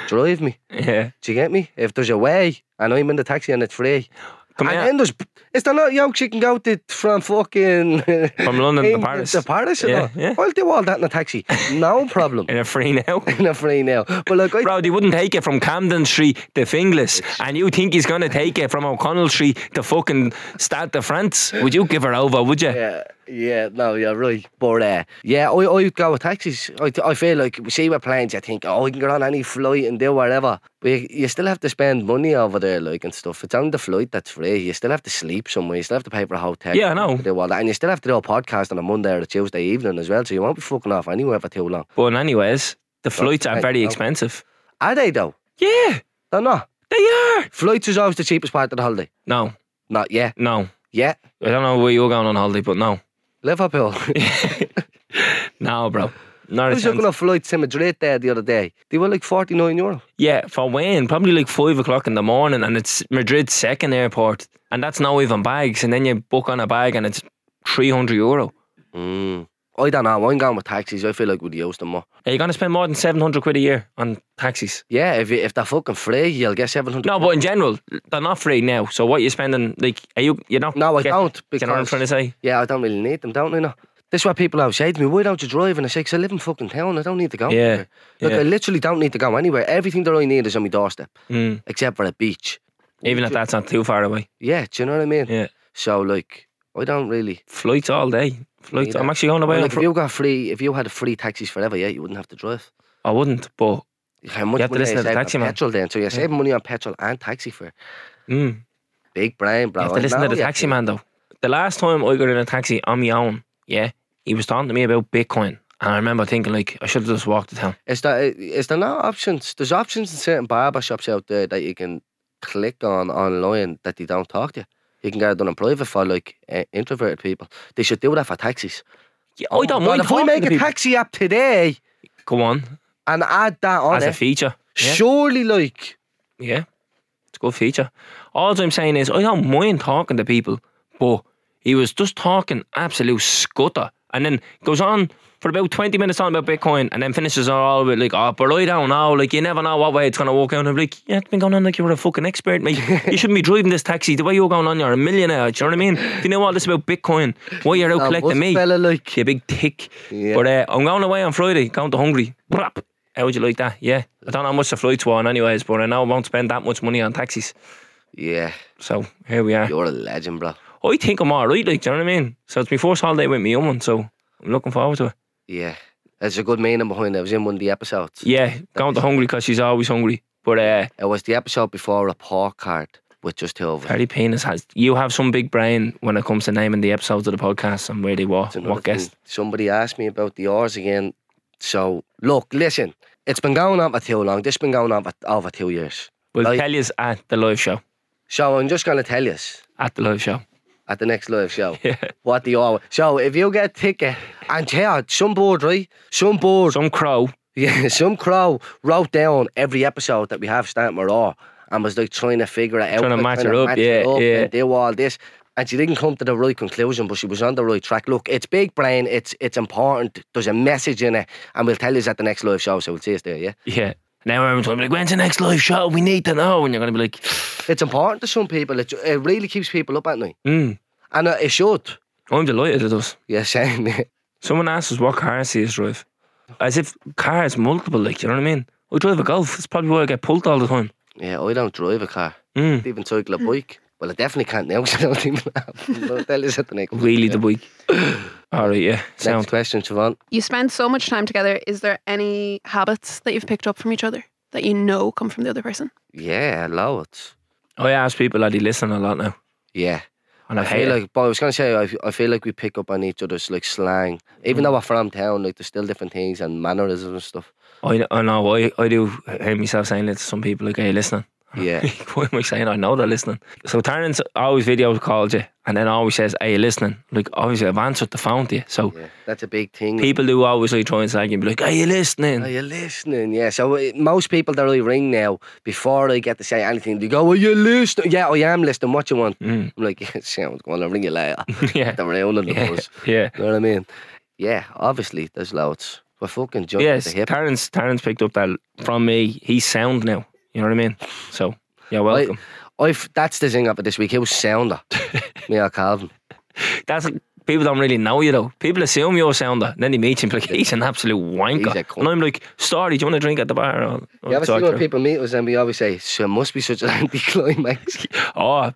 [SPEAKER 3] drive me.
[SPEAKER 4] Yeah.
[SPEAKER 3] Do you get me? If there's a way and I'm in the taxi and it's free.
[SPEAKER 4] Come
[SPEAKER 3] and
[SPEAKER 4] here.
[SPEAKER 3] then there's, is there not yokes you can go to from fucking.
[SPEAKER 4] From London to Paris.
[SPEAKER 3] To Paris,
[SPEAKER 4] Yeah,
[SPEAKER 3] yeah,
[SPEAKER 4] yeah.
[SPEAKER 3] I'll do all that in a taxi. No problem.
[SPEAKER 4] In a free now.
[SPEAKER 3] in a free now. But look, I
[SPEAKER 4] Bro, they wouldn't take it from Camden Street to Finglas. And you think he's going to take it from O'Connell Street to fucking Stade de France? Would you give her over, would you?
[SPEAKER 3] Yeah, yeah, no, yeah, really. But uh, yeah, I, I would go with taxis. I, th- I feel like, see, with planes, I think, oh, I can get on any flight and do whatever. But you, you still have to spend money over there, like, and stuff. It's only the flight that's free. You still have to sleep somewhere. You still have to pay for a hotel.
[SPEAKER 4] Yeah, I know.
[SPEAKER 3] Do all that. And you still have to do a podcast on a Monday or a Tuesday evening as well. So you won't be fucking off anywhere for too long.
[SPEAKER 4] But, anyways, the flights are
[SPEAKER 3] right,
[SPEAKER 4] very
[SPEAKER 3] no.
[SPEAKER 4] expensive.
[SPEAKER 3] Are they, though?
[SPEAKER 4] Yeah,
[SPEAKER 3] They're not.
[SPEAKER 4] they are.
[SPEAKER 3] Flights is always the cheapest part of the holiday.
[SPEAKER 4] No,
[SPEAKER 3] Not yet.
[SPEAKER 4] no.
[SPEAKER 3] Yet.
[SPEAKER 4] I don't know where you're going on holiday, but no.
[SPEAKER 3] Liverpool.
[SPEAKER 4] No, bro.
[SPEAKER 3] I
[SPEAKER 4] Not a
[SPEAKER 3] was
[SPEAKER 4] chance.
[SPEAKER 3] looking at flights to Madrid there the other day. They were like 49 euro.
[SPEAKER 4] Yeah, for when? Probably like five o'clock in the morning, and it's Madrid's second airport, and that's not even bags. And then you book on a bag, and it's three hundred euro.
[SPEAKER 3] Mm. I don't know. I'm going with taxis. I feel like we'd use them more.
[SPEAKER 4] Are you gonna spend more than seven hundred quid a year on taxis?
[SPEAKER 3] Yeah, if you, if they're fucking free, you'll get 700.
[SPEAKER 4] No, but in general, they're not free now. So what you spending? Like, are you? You're not.
[SPEAKER 3] No, I
[SPEAKER 4] get-
[SPEAKER 3] don't.
[SPEAKER 4] do You know what I'm
[SPEAKER 3] because-
[SPEAKER 4] trying to say?
[SPEAKER 3] Yeah, I don't really need them, don't I? No. This is why people always say to me, why don't you drive? And I say, 'Cause I live in fucking town. I don't need to go.
[SPEAKER 4] Yeah,
[SPEAKER 3] Look,
[SPEAKER 4] yeah.
[SPEAKER 3] I literally don't need to go anywhere. Everything that I need is on my doorstep,
[SPEAKER 4] Mm,
[SPEAKER 3] except for a beach.
[SPEAKER 4] even if that's not too far away.
[SPEAKER 3] Yeah, do you know what I mean?
[SPEAKER 4] Yeah,
[SPEAKER 3] So, like, I don't really.
[SPEAKER 4] flights all day. Flights.
[SPEAKER 3] Neither.
[SPEAKER 4] I'm actually going away.
[SPEAKER 3] Well,
[SPEAKER 4] on
[SPEAKER 3] like,
[SPEAKER 4] fr-
[SPEAKER 3] if you got free, if you had free taxis forever, yeah, you wouldn't have to drive.
[SPEAKER 4] I wouldn't, but
[SPEAKER 3] How much
[SPEAKER 4] You have to
[SPEAKER 3] money
[SPEAKER 4] listen to
[SPEAKER 3] saving
[SPEAKER 4] the
[SPEAKER 3] on
[SPEAKER 4] taxi man.
[SPEAKER 3] petrol then? So you're saving money on petrol and taxi fare.
[SPEAKER 4] mm,
[SPEAKER 3] Big brain, bro.
[SPEAKER 4] You have to
[SPEAKER 3] I
[SPEAKER 4] listen to
[SPEAKER 3] know
[SPEAKER 4] the
[SPEAKER 3] you
[SPEAKER 4] taxi
[SPEAKER 3] do.
[SPEAKER 4] man though. The last time I got in a taxi on my own, yeah, he was talking to me about Bitcoin. And I remember thinking like I should have just walked to town.
[SPEAKER 3] Is there is there not options? There's options in certain barber shops out there that you can click on online that they don't talk to you. You can get it done in private for like uh, introverted people. They should do that for taxis.
[SPEAKER 4] Yeah, I don't mind
[SPEAKER 3] oh, If we
[SPEAKER 4] talking
[SPEAKER 3] make
[SPEAKER 4] to
[SPEAKER 3] a
[SPEAKER 4] people.
[SPEAKER 3] taxi app today
[SPEAKER 4] Go on,
[SPEAKER 3] and add that on
[SPEAKER 4] as a
[SPEAKER 3] it,
[SPEAKER 4] feature. Yeah.
[SPEAKER 3] surely like
[SPEAKER 4] yeah, it's a good feature. All I'm saying is I don't mind talking to people, but he was just talking absolute scutter, and then goes on for about twenty minutes on about Bitcoin, and then finishes it all with like, "Oh, but I don't know. Like, you never know what way it's gonna walk out." And I'm like, "Yeah, it's been going on like you were a fucking expert, mate. you shouldn't be driving this taxi. The way you're going on, you're a millionaire. Do you know what I mean? If you know all this about Bitcoin, why you're out
[SPEAKER 3] a
[SPEAKER 4] collecting
[SPEAKER 3] bus
[SPEAKER 4] me?
[SPEAKER 3] fella like
[SPEAKER 4] You big tick.
[SPEAKER 3] Yeah.
[SPEAKER 4] But uh, I'm going away on Friday, going to Hungary. Brap. How would you like that? Yeah. I don't know how much the flights were on anyways, but I know I won't spend that much money on taxis.
[SPEAKER 3] yeah,
[SPEAKER 4] So here we are.
[SPEAKER 3] you're a legend, bro.
[SPEAKER 4] I think I'm alright, like, do you know what I mean? So it's my first holiday with my young one, so I'm looking forward to it.
[SPEAKER 3] Yeah, there's a good meaning behind it. I was in one of the episodes.
[SPEAKER 4] Yeah, going to Hungary because she's always hungry. But uh,
[SPEAKER 3] It was the episode before a pork card with just two of us.
[SPEAKER 4] Perry Penis has, you have some big brain when it comes to naming the episodes of the podcast and where they were,
[SPEAKER 3] It's another
[SPEAKER 4] what guest.
[SPEAKER 3] thing. Somebody asked me about the oars again So look, listen, it's been going on for too long. This has been going on for over two years.
[SPEAKER 4] We'll
[SPEAKER 3] Like-
[SPEAKER 4] tell you at the live show.
[SPEAKER 3] So I'm just gonna tell you
[SPEAKER 4] At the live show.
[SPEAKER 3] at the next live show
[SPEAKER 4] Yeah.
[SPEAKER 3] what the hour. So if you get a ticket and here, some board, right? Some board,
[SPEAKER 4] Some crow.
[SPEAKER 3] yeah, some crow wrote down every episode that we have starting with raw and was like trying to figure it out,
[SPEAKER 4] Trying to
[SPEAKER 3] like,
[SPEAKER 4] match it up, yeah, yeah.
[SPEAKER 3] and do all this. And she didn't come to the right conclusion, but she was on the right track. Look, it's big brain. It's it's important. There's a message in it, and we'll tell you at the next live show. So we'll see us there. Yeah,
[SPEAKER 4] Yeah. Now everyone's going to be like, when's the next live show? We need to know. And you're going to be like,
[SPEAKER 3] it's important to some people. It, it really keeps people up at night,
[SPEAKER 4] hmm,
[SPEAKER 3] and uh, it should.
[SPEAKER 4] I'm delighted at us.
[SPEAKER 3] Yeah, saying
[SPEAKER 4] Someone asked us what car see us drive. As if cars multiple, like, you know what I mean? I drive a Golf. It's probably why I get pulled all the time.
[SPEAKER 3] yeah, I don't drive a car.
[SPEAKER 4] Hmm.
[SPEAKER 3] Can't even cycle a bike. Well, I definitely can't now. 'cause I don't think it'll happen. I'll tell you at the next.
[SPEAKER 4] Really the week. all right, yeah.
[SPEAKER 3] Next
[SPEAKER 4] Sound.
[SPEAKER 3] question, Siobhan.
[SPEAKER 5] You spend so much time together. Is there any habits that you've picked up from each other that you know come from the other person?
[SPEAKER 3] Yeah, loads.
[SPEAKER 4] I ask people that they listen a lot now.
[SPEAKER 3] Yeah.
[SPEAKER 4] And I,
[SPEAKER 3] I
[SPEAKER 4] hate
[SPEAKER 3] feel
[SPEAKER 4] it.
[SPEAKER 3] like, but I was gonna say, I, f- I feel like we pick up on each other's like slang,
[SPEAKER 4] Mm.
[SPEAKER 3] even though we're from town. Like there's still different things and mannerisms and stuff.
[SPEAKER 4] I, kn- I know, I, I do hear myself saying it to some people, like, are you listening?
[SPEAKER 3] Yeah,
[SPEAKER 4] Why am I saying I know they're listening? So Taryn's always video calls you and then always says, Are you listening? Like, obviously, I've answered the phone to you. So
[SPEAKER 3] yeah, that's a big thing.
[SPEAKER 4] people do always like, try and slag you and be like, Are you listening?
[SPEAKER 3] Are you listening? Yeah. So uh, most people that I ring now, before I get to say anything, they go, "Are you listening?" Yeah, I am listening. What you want?
[SPEAKER 4] Mm.
[SPEAKER 3] I'm like, yeah, sounds good. I'll ring you later.
[SPEAKER 4] yeah.
[SPEAKER 3] the round of the
[SPEAKER 4] Yeah.
[SPEAKER 3] bus.
[SPEAKER 4] Yeah.
[SPEAKER 3] You know what I mean? Yeah. Obviously, there's loads. We're fucking jumping at
[SPEAKER 4] Yes.
[SPEAKER 3] the hip.
[SPEAKER 4] Taryn's, Taryn's picked up that from me. He's sound now. You know what I mean? So, yeah, welcome.
[SPEAKER 3] I've that's the thing up this week. He was sounder. Me or Calvin.
[SPEAKER 4] That's People don't really know you though. People assume you're a sounder. and Then they meet you and be like, he's an absolute wanker.
[SPEAKER 3] He's a cunt.
[SPEAKER 4] and I'm like, sorry, do you want a drink at the bar? I'll- I'll
[SPEAKER 3] You ever see
[SPEAKER 4] talk to
[SPEAKER 3] when
[SPEAKER 4] you."
[SPEAKER 3] people meet us and we always say, so it must be such an anticlimax.
[SPEAKER 4] Oh,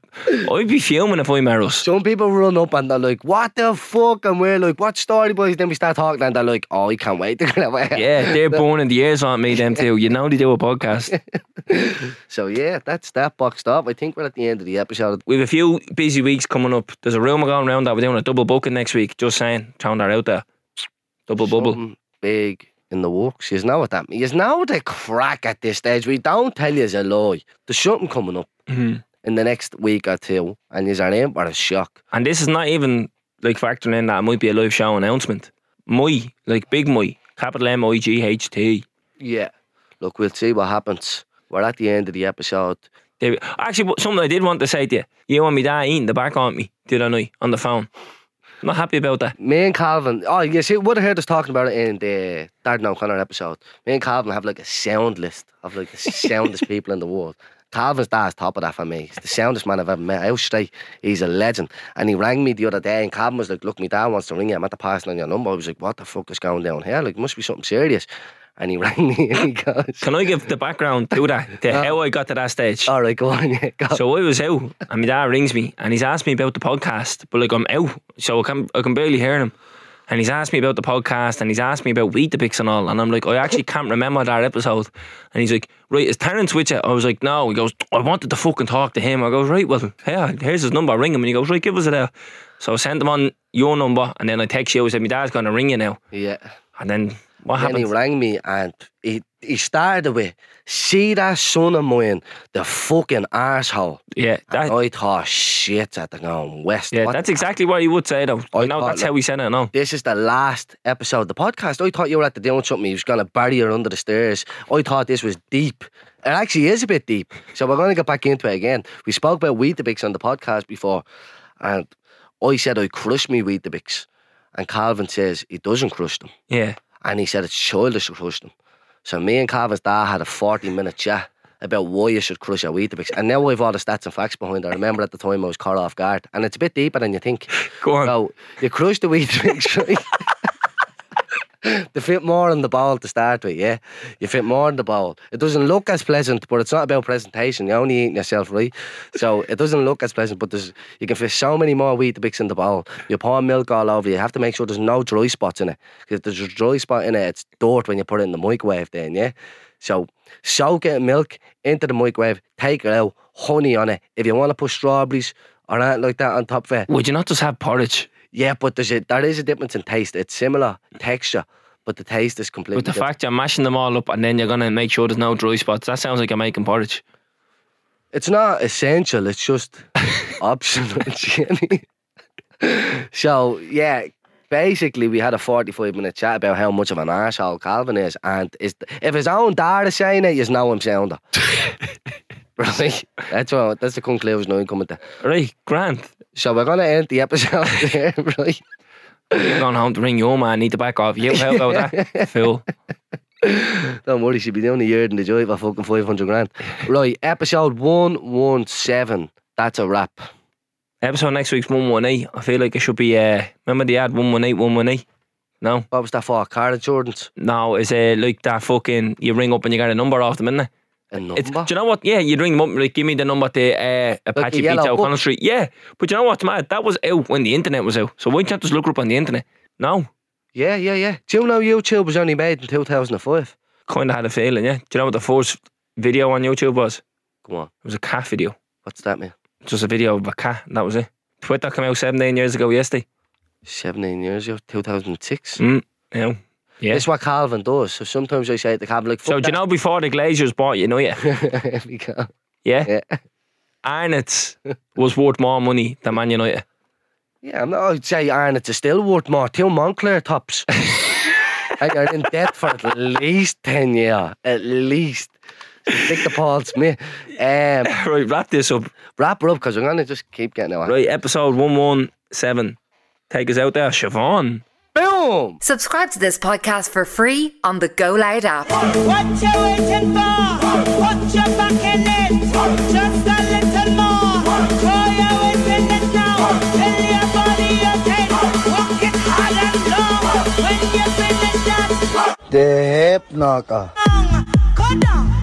[SPEAKER 4] I'd be fuming if I met us.
[SPEAKER 3] Some people run up and they're like, what the fuck? And we're like, what story, boys? Then we start talking and they're like, oh, I can't wait to get away.
[SPEAKER 4] Yeah, they're born in the years aren't me, them too. You know they do a podcast.
[SPEAKER 3] So, yeah, that's that boxed up. I think we're at the end of the episode.
[SPEAKER 4] We've a few busy weeks coming up. There's a rumour going around that we're doing a double booking next week. Just saying, throwing that out there. Double bubble.
[SPEAKER 3] Something Big in the works. You know what that means. You know the crack at this stage. We don't tell you a lie. There's something coming up
[SPEAKER 4] Mhm.
[SPEAKER 3] in the next week or two and you're in for a shock.
[SPEAKER 4] And this is not even like factoring in that it might be a live show announcement. My, like big my, capital M I G H T.
[SPEAKER 3] Yeah. Look, we'll see what happens. We're at the end of the episode.
[SPEAKER 4] They- Actually, what- something I did want to say to you. You and me dad eating the back on me the other night on the phone. I'm not happy about that.
[SPEAKER 3] me and Calvin, oh, you see, would have heard us talking about it in the Darden O'Connor episode. Me and Calvin have like a sound list of like the soundest people in the world. Calvin's dad's top of that for me. He's the soundest man I've ever met. Out straight, he's a legend. And he rang me the other day, and Calvin was like, "Look, me dad wants to ring you. I'm at the passing on your number." I was like, "What the fuck is going down here? Like, must be something serious." And he rang me, and he goes,
[SPEAKER 4] Can I give the background to that? To how I got to that stage?
[SPEAKER 3] "All right, go on, yeah, go." on."
[SPEAKER 4] So I was out, and my dad rings me, and he's asked me about the podcast. But like I'm out, so I can I can barely hear him. And he's asked me about the podcast, and he's asked me about weed depicts and all. And I'm like, I actually can't remember that episode. And he's like, right, is Terrence with you? I was like, no. He goes, I wanted to fucking talk to him. I go, right, well, yeah, here's his number. Ring him. And he goes, right, give us it out. So I sent him on your number, and then I text you. I said, my dad's going to ring you now.
[SPEAKER 3] yeah.
[SPEAKER 4] And then what
[SPEAKER 3] And he
[SPEAKER 4] happened?
[SPEAKER 3] rang me and he, he started with, see that son of mine, the fucking asshole.
[SPEAKER 4] Yeah, that,
[SPEAKER 3] I thought shit at the going west.
[SPEAKER 4] yeah,
[SPEAKER 3] What-
[SPEAKER 4] that's exactly what he would say though.
[SPEAKER 3] I
[SPEAKER 4] no,
[SPEAKER 3] thought-
[SPEAKER 4] that's how he said it. No,
[SPEAKER 3] This is the last episode of the podcast. I thought you were at the doing something. He was going to bury her under the stairs. I thought this was deep. It actually is a bit deep. So we're going to get back into it again. We spoke about Weetabix on the podcast before, and I said I crush me Weetabix. And Calvin says he doesn't crush them.
[SPEAKER 4] yeah,
[SPEAKER 3] And he said it's childish to crush them. So me and Calvin's dad had a 40 minute chat about why you should crush a Weetabix. And now we've all the stats and facts behind it. I remember at the time I was caught off guard. And it's a bit deeper than you think.
[SPEAKER 4] go on.
[SPEAKER 3] So you crush the Weetabix, right? They fit more in the bowl to start with, yeah. You fit more in the bowl. It doesn't look as pleasant, but it's not about presentation. You're only eating yourself, right? So it doesn't look as pleasant, but there's you can fit so many more Weetabix in the bowl. You pour milk all over. You have to make sure there's no dry spots in it. 'Cause If there's a dry spot in it, it's dirt when you put it in the microwave. Then, yeah. So soak it in milk into the microwave. Take it out. Honey on it. If you want to put strawberries or anything like that on top of it,
[SPEAKER 4] Would you not just have porridge?
[SPEAKER 3] yeah, but there's a there is a difference in taste. It's similar texture, but the taste is completely
[SPEAKER 4] With the
[SPEAKER 3] different.
[SPEAKER 4] fact you're mashing them all up and then you're gonna make sure there's no dry spots. That sounds like you're making porridge.
[SPEAKER 3] It's not essential. It's just optional, Jenny. so yeah, basically we had a forty-five minute chat about how much of an asshole Calvin is, and is if his own dad is saying it, you know him sounder. right? That's what. That's the conclusion I'm coming to.
[SPEAKER 4] Right, Grant.
[SPEAKER 3] So we're gonna end the episode there, right?
[SPEAKER 4] You're going home to ring your man, need to back off. You how about that? Phil.
[SPEAKER 3] Don't worry, she'll be the only year in the joy for fucking five hundred grand. Right, episode one one seven. That's a wrap.
[SPEAKER 4] Episode next week's one one eight. I feel like it should be uh remember the ad one one eight one one eight? No?
[SPEAKER 3] What was that for? Car insurance?
[SPEAKER 4] No, it's uh, like that fucking you ring up and you got a number off them, isn't it?
[SPEAKER 3] A number?
[SPEAKER 4] It's, do you know what? Yeah, you'd ring them up like, give me the number to uh, Apache
[SPEAKER 3] yellow
[SPEAKER 4] Pizza O'Connell
[SPEAKER 3] book.
[SPEAKER 4] Street. Yeah, but you know what's mad? That was out when the internet was out. So why can't you just look her up on the internet? No,
[SPEAKER 3] Yeah, yeah, yeah. Do you know YouTube was only made in 2005?
[SPEAKER 4] kind of had a feeling, yeah. Do you know what the first video on YouTube was? It
[SPEAKER 3] Come on,
[SPEAKER 4] was a cat video.
[SPEAKER 3] what's that mean?
[SPEAKER 4] Just a video of a cat, and that was it. Twitter came out 17 years ago yesterday.
[SPEAKER 3] 17 years ago, 2006.
[SPEAKER 4] Mm, you know. Yeah.
[SPEAKER 3] That's what Calvin does. So sometimes I say to Calvin, like,
[SPEAKER 4] so
[SPEAKER 3] fuck
[SPEAKER 4] do you know before the Glaziers bought you, know yeah,
[SPEAKER 3] that. Here we go.
[SPEAKER 4] yeah,
[SPEAKER 3] Yeah.
[SPEAKER 4] Arnott's was worth more money than Man United.
[SPEAKER 3] Yeah, I'm not, I'd say Arnott's is still worth more. Two Montclair tops. and you're in debt for at least 10 years. At least. So take the Paul Smith. Um,
[SPEAKER 4] Right, wrap this up.
[SPEAKER 3] wrap her up because I'm going to just keep getting away.
[SPEAKER 4] Right, episode 117. Take us out there, Siobhan.
[SPEAKER 3] Boom!
[SPEAKER 6] Subscribe to this podcast for free on the Go Loud app.
[SPEAKER 1] What you waiting for? Put your back in it. Just a little more. Throw your weight in it now. Fill your body okay. Walk it hard and long. When you finish that
[SPEAKER 2] The Hip Knocker.
[SPEAKER 1] song, go down.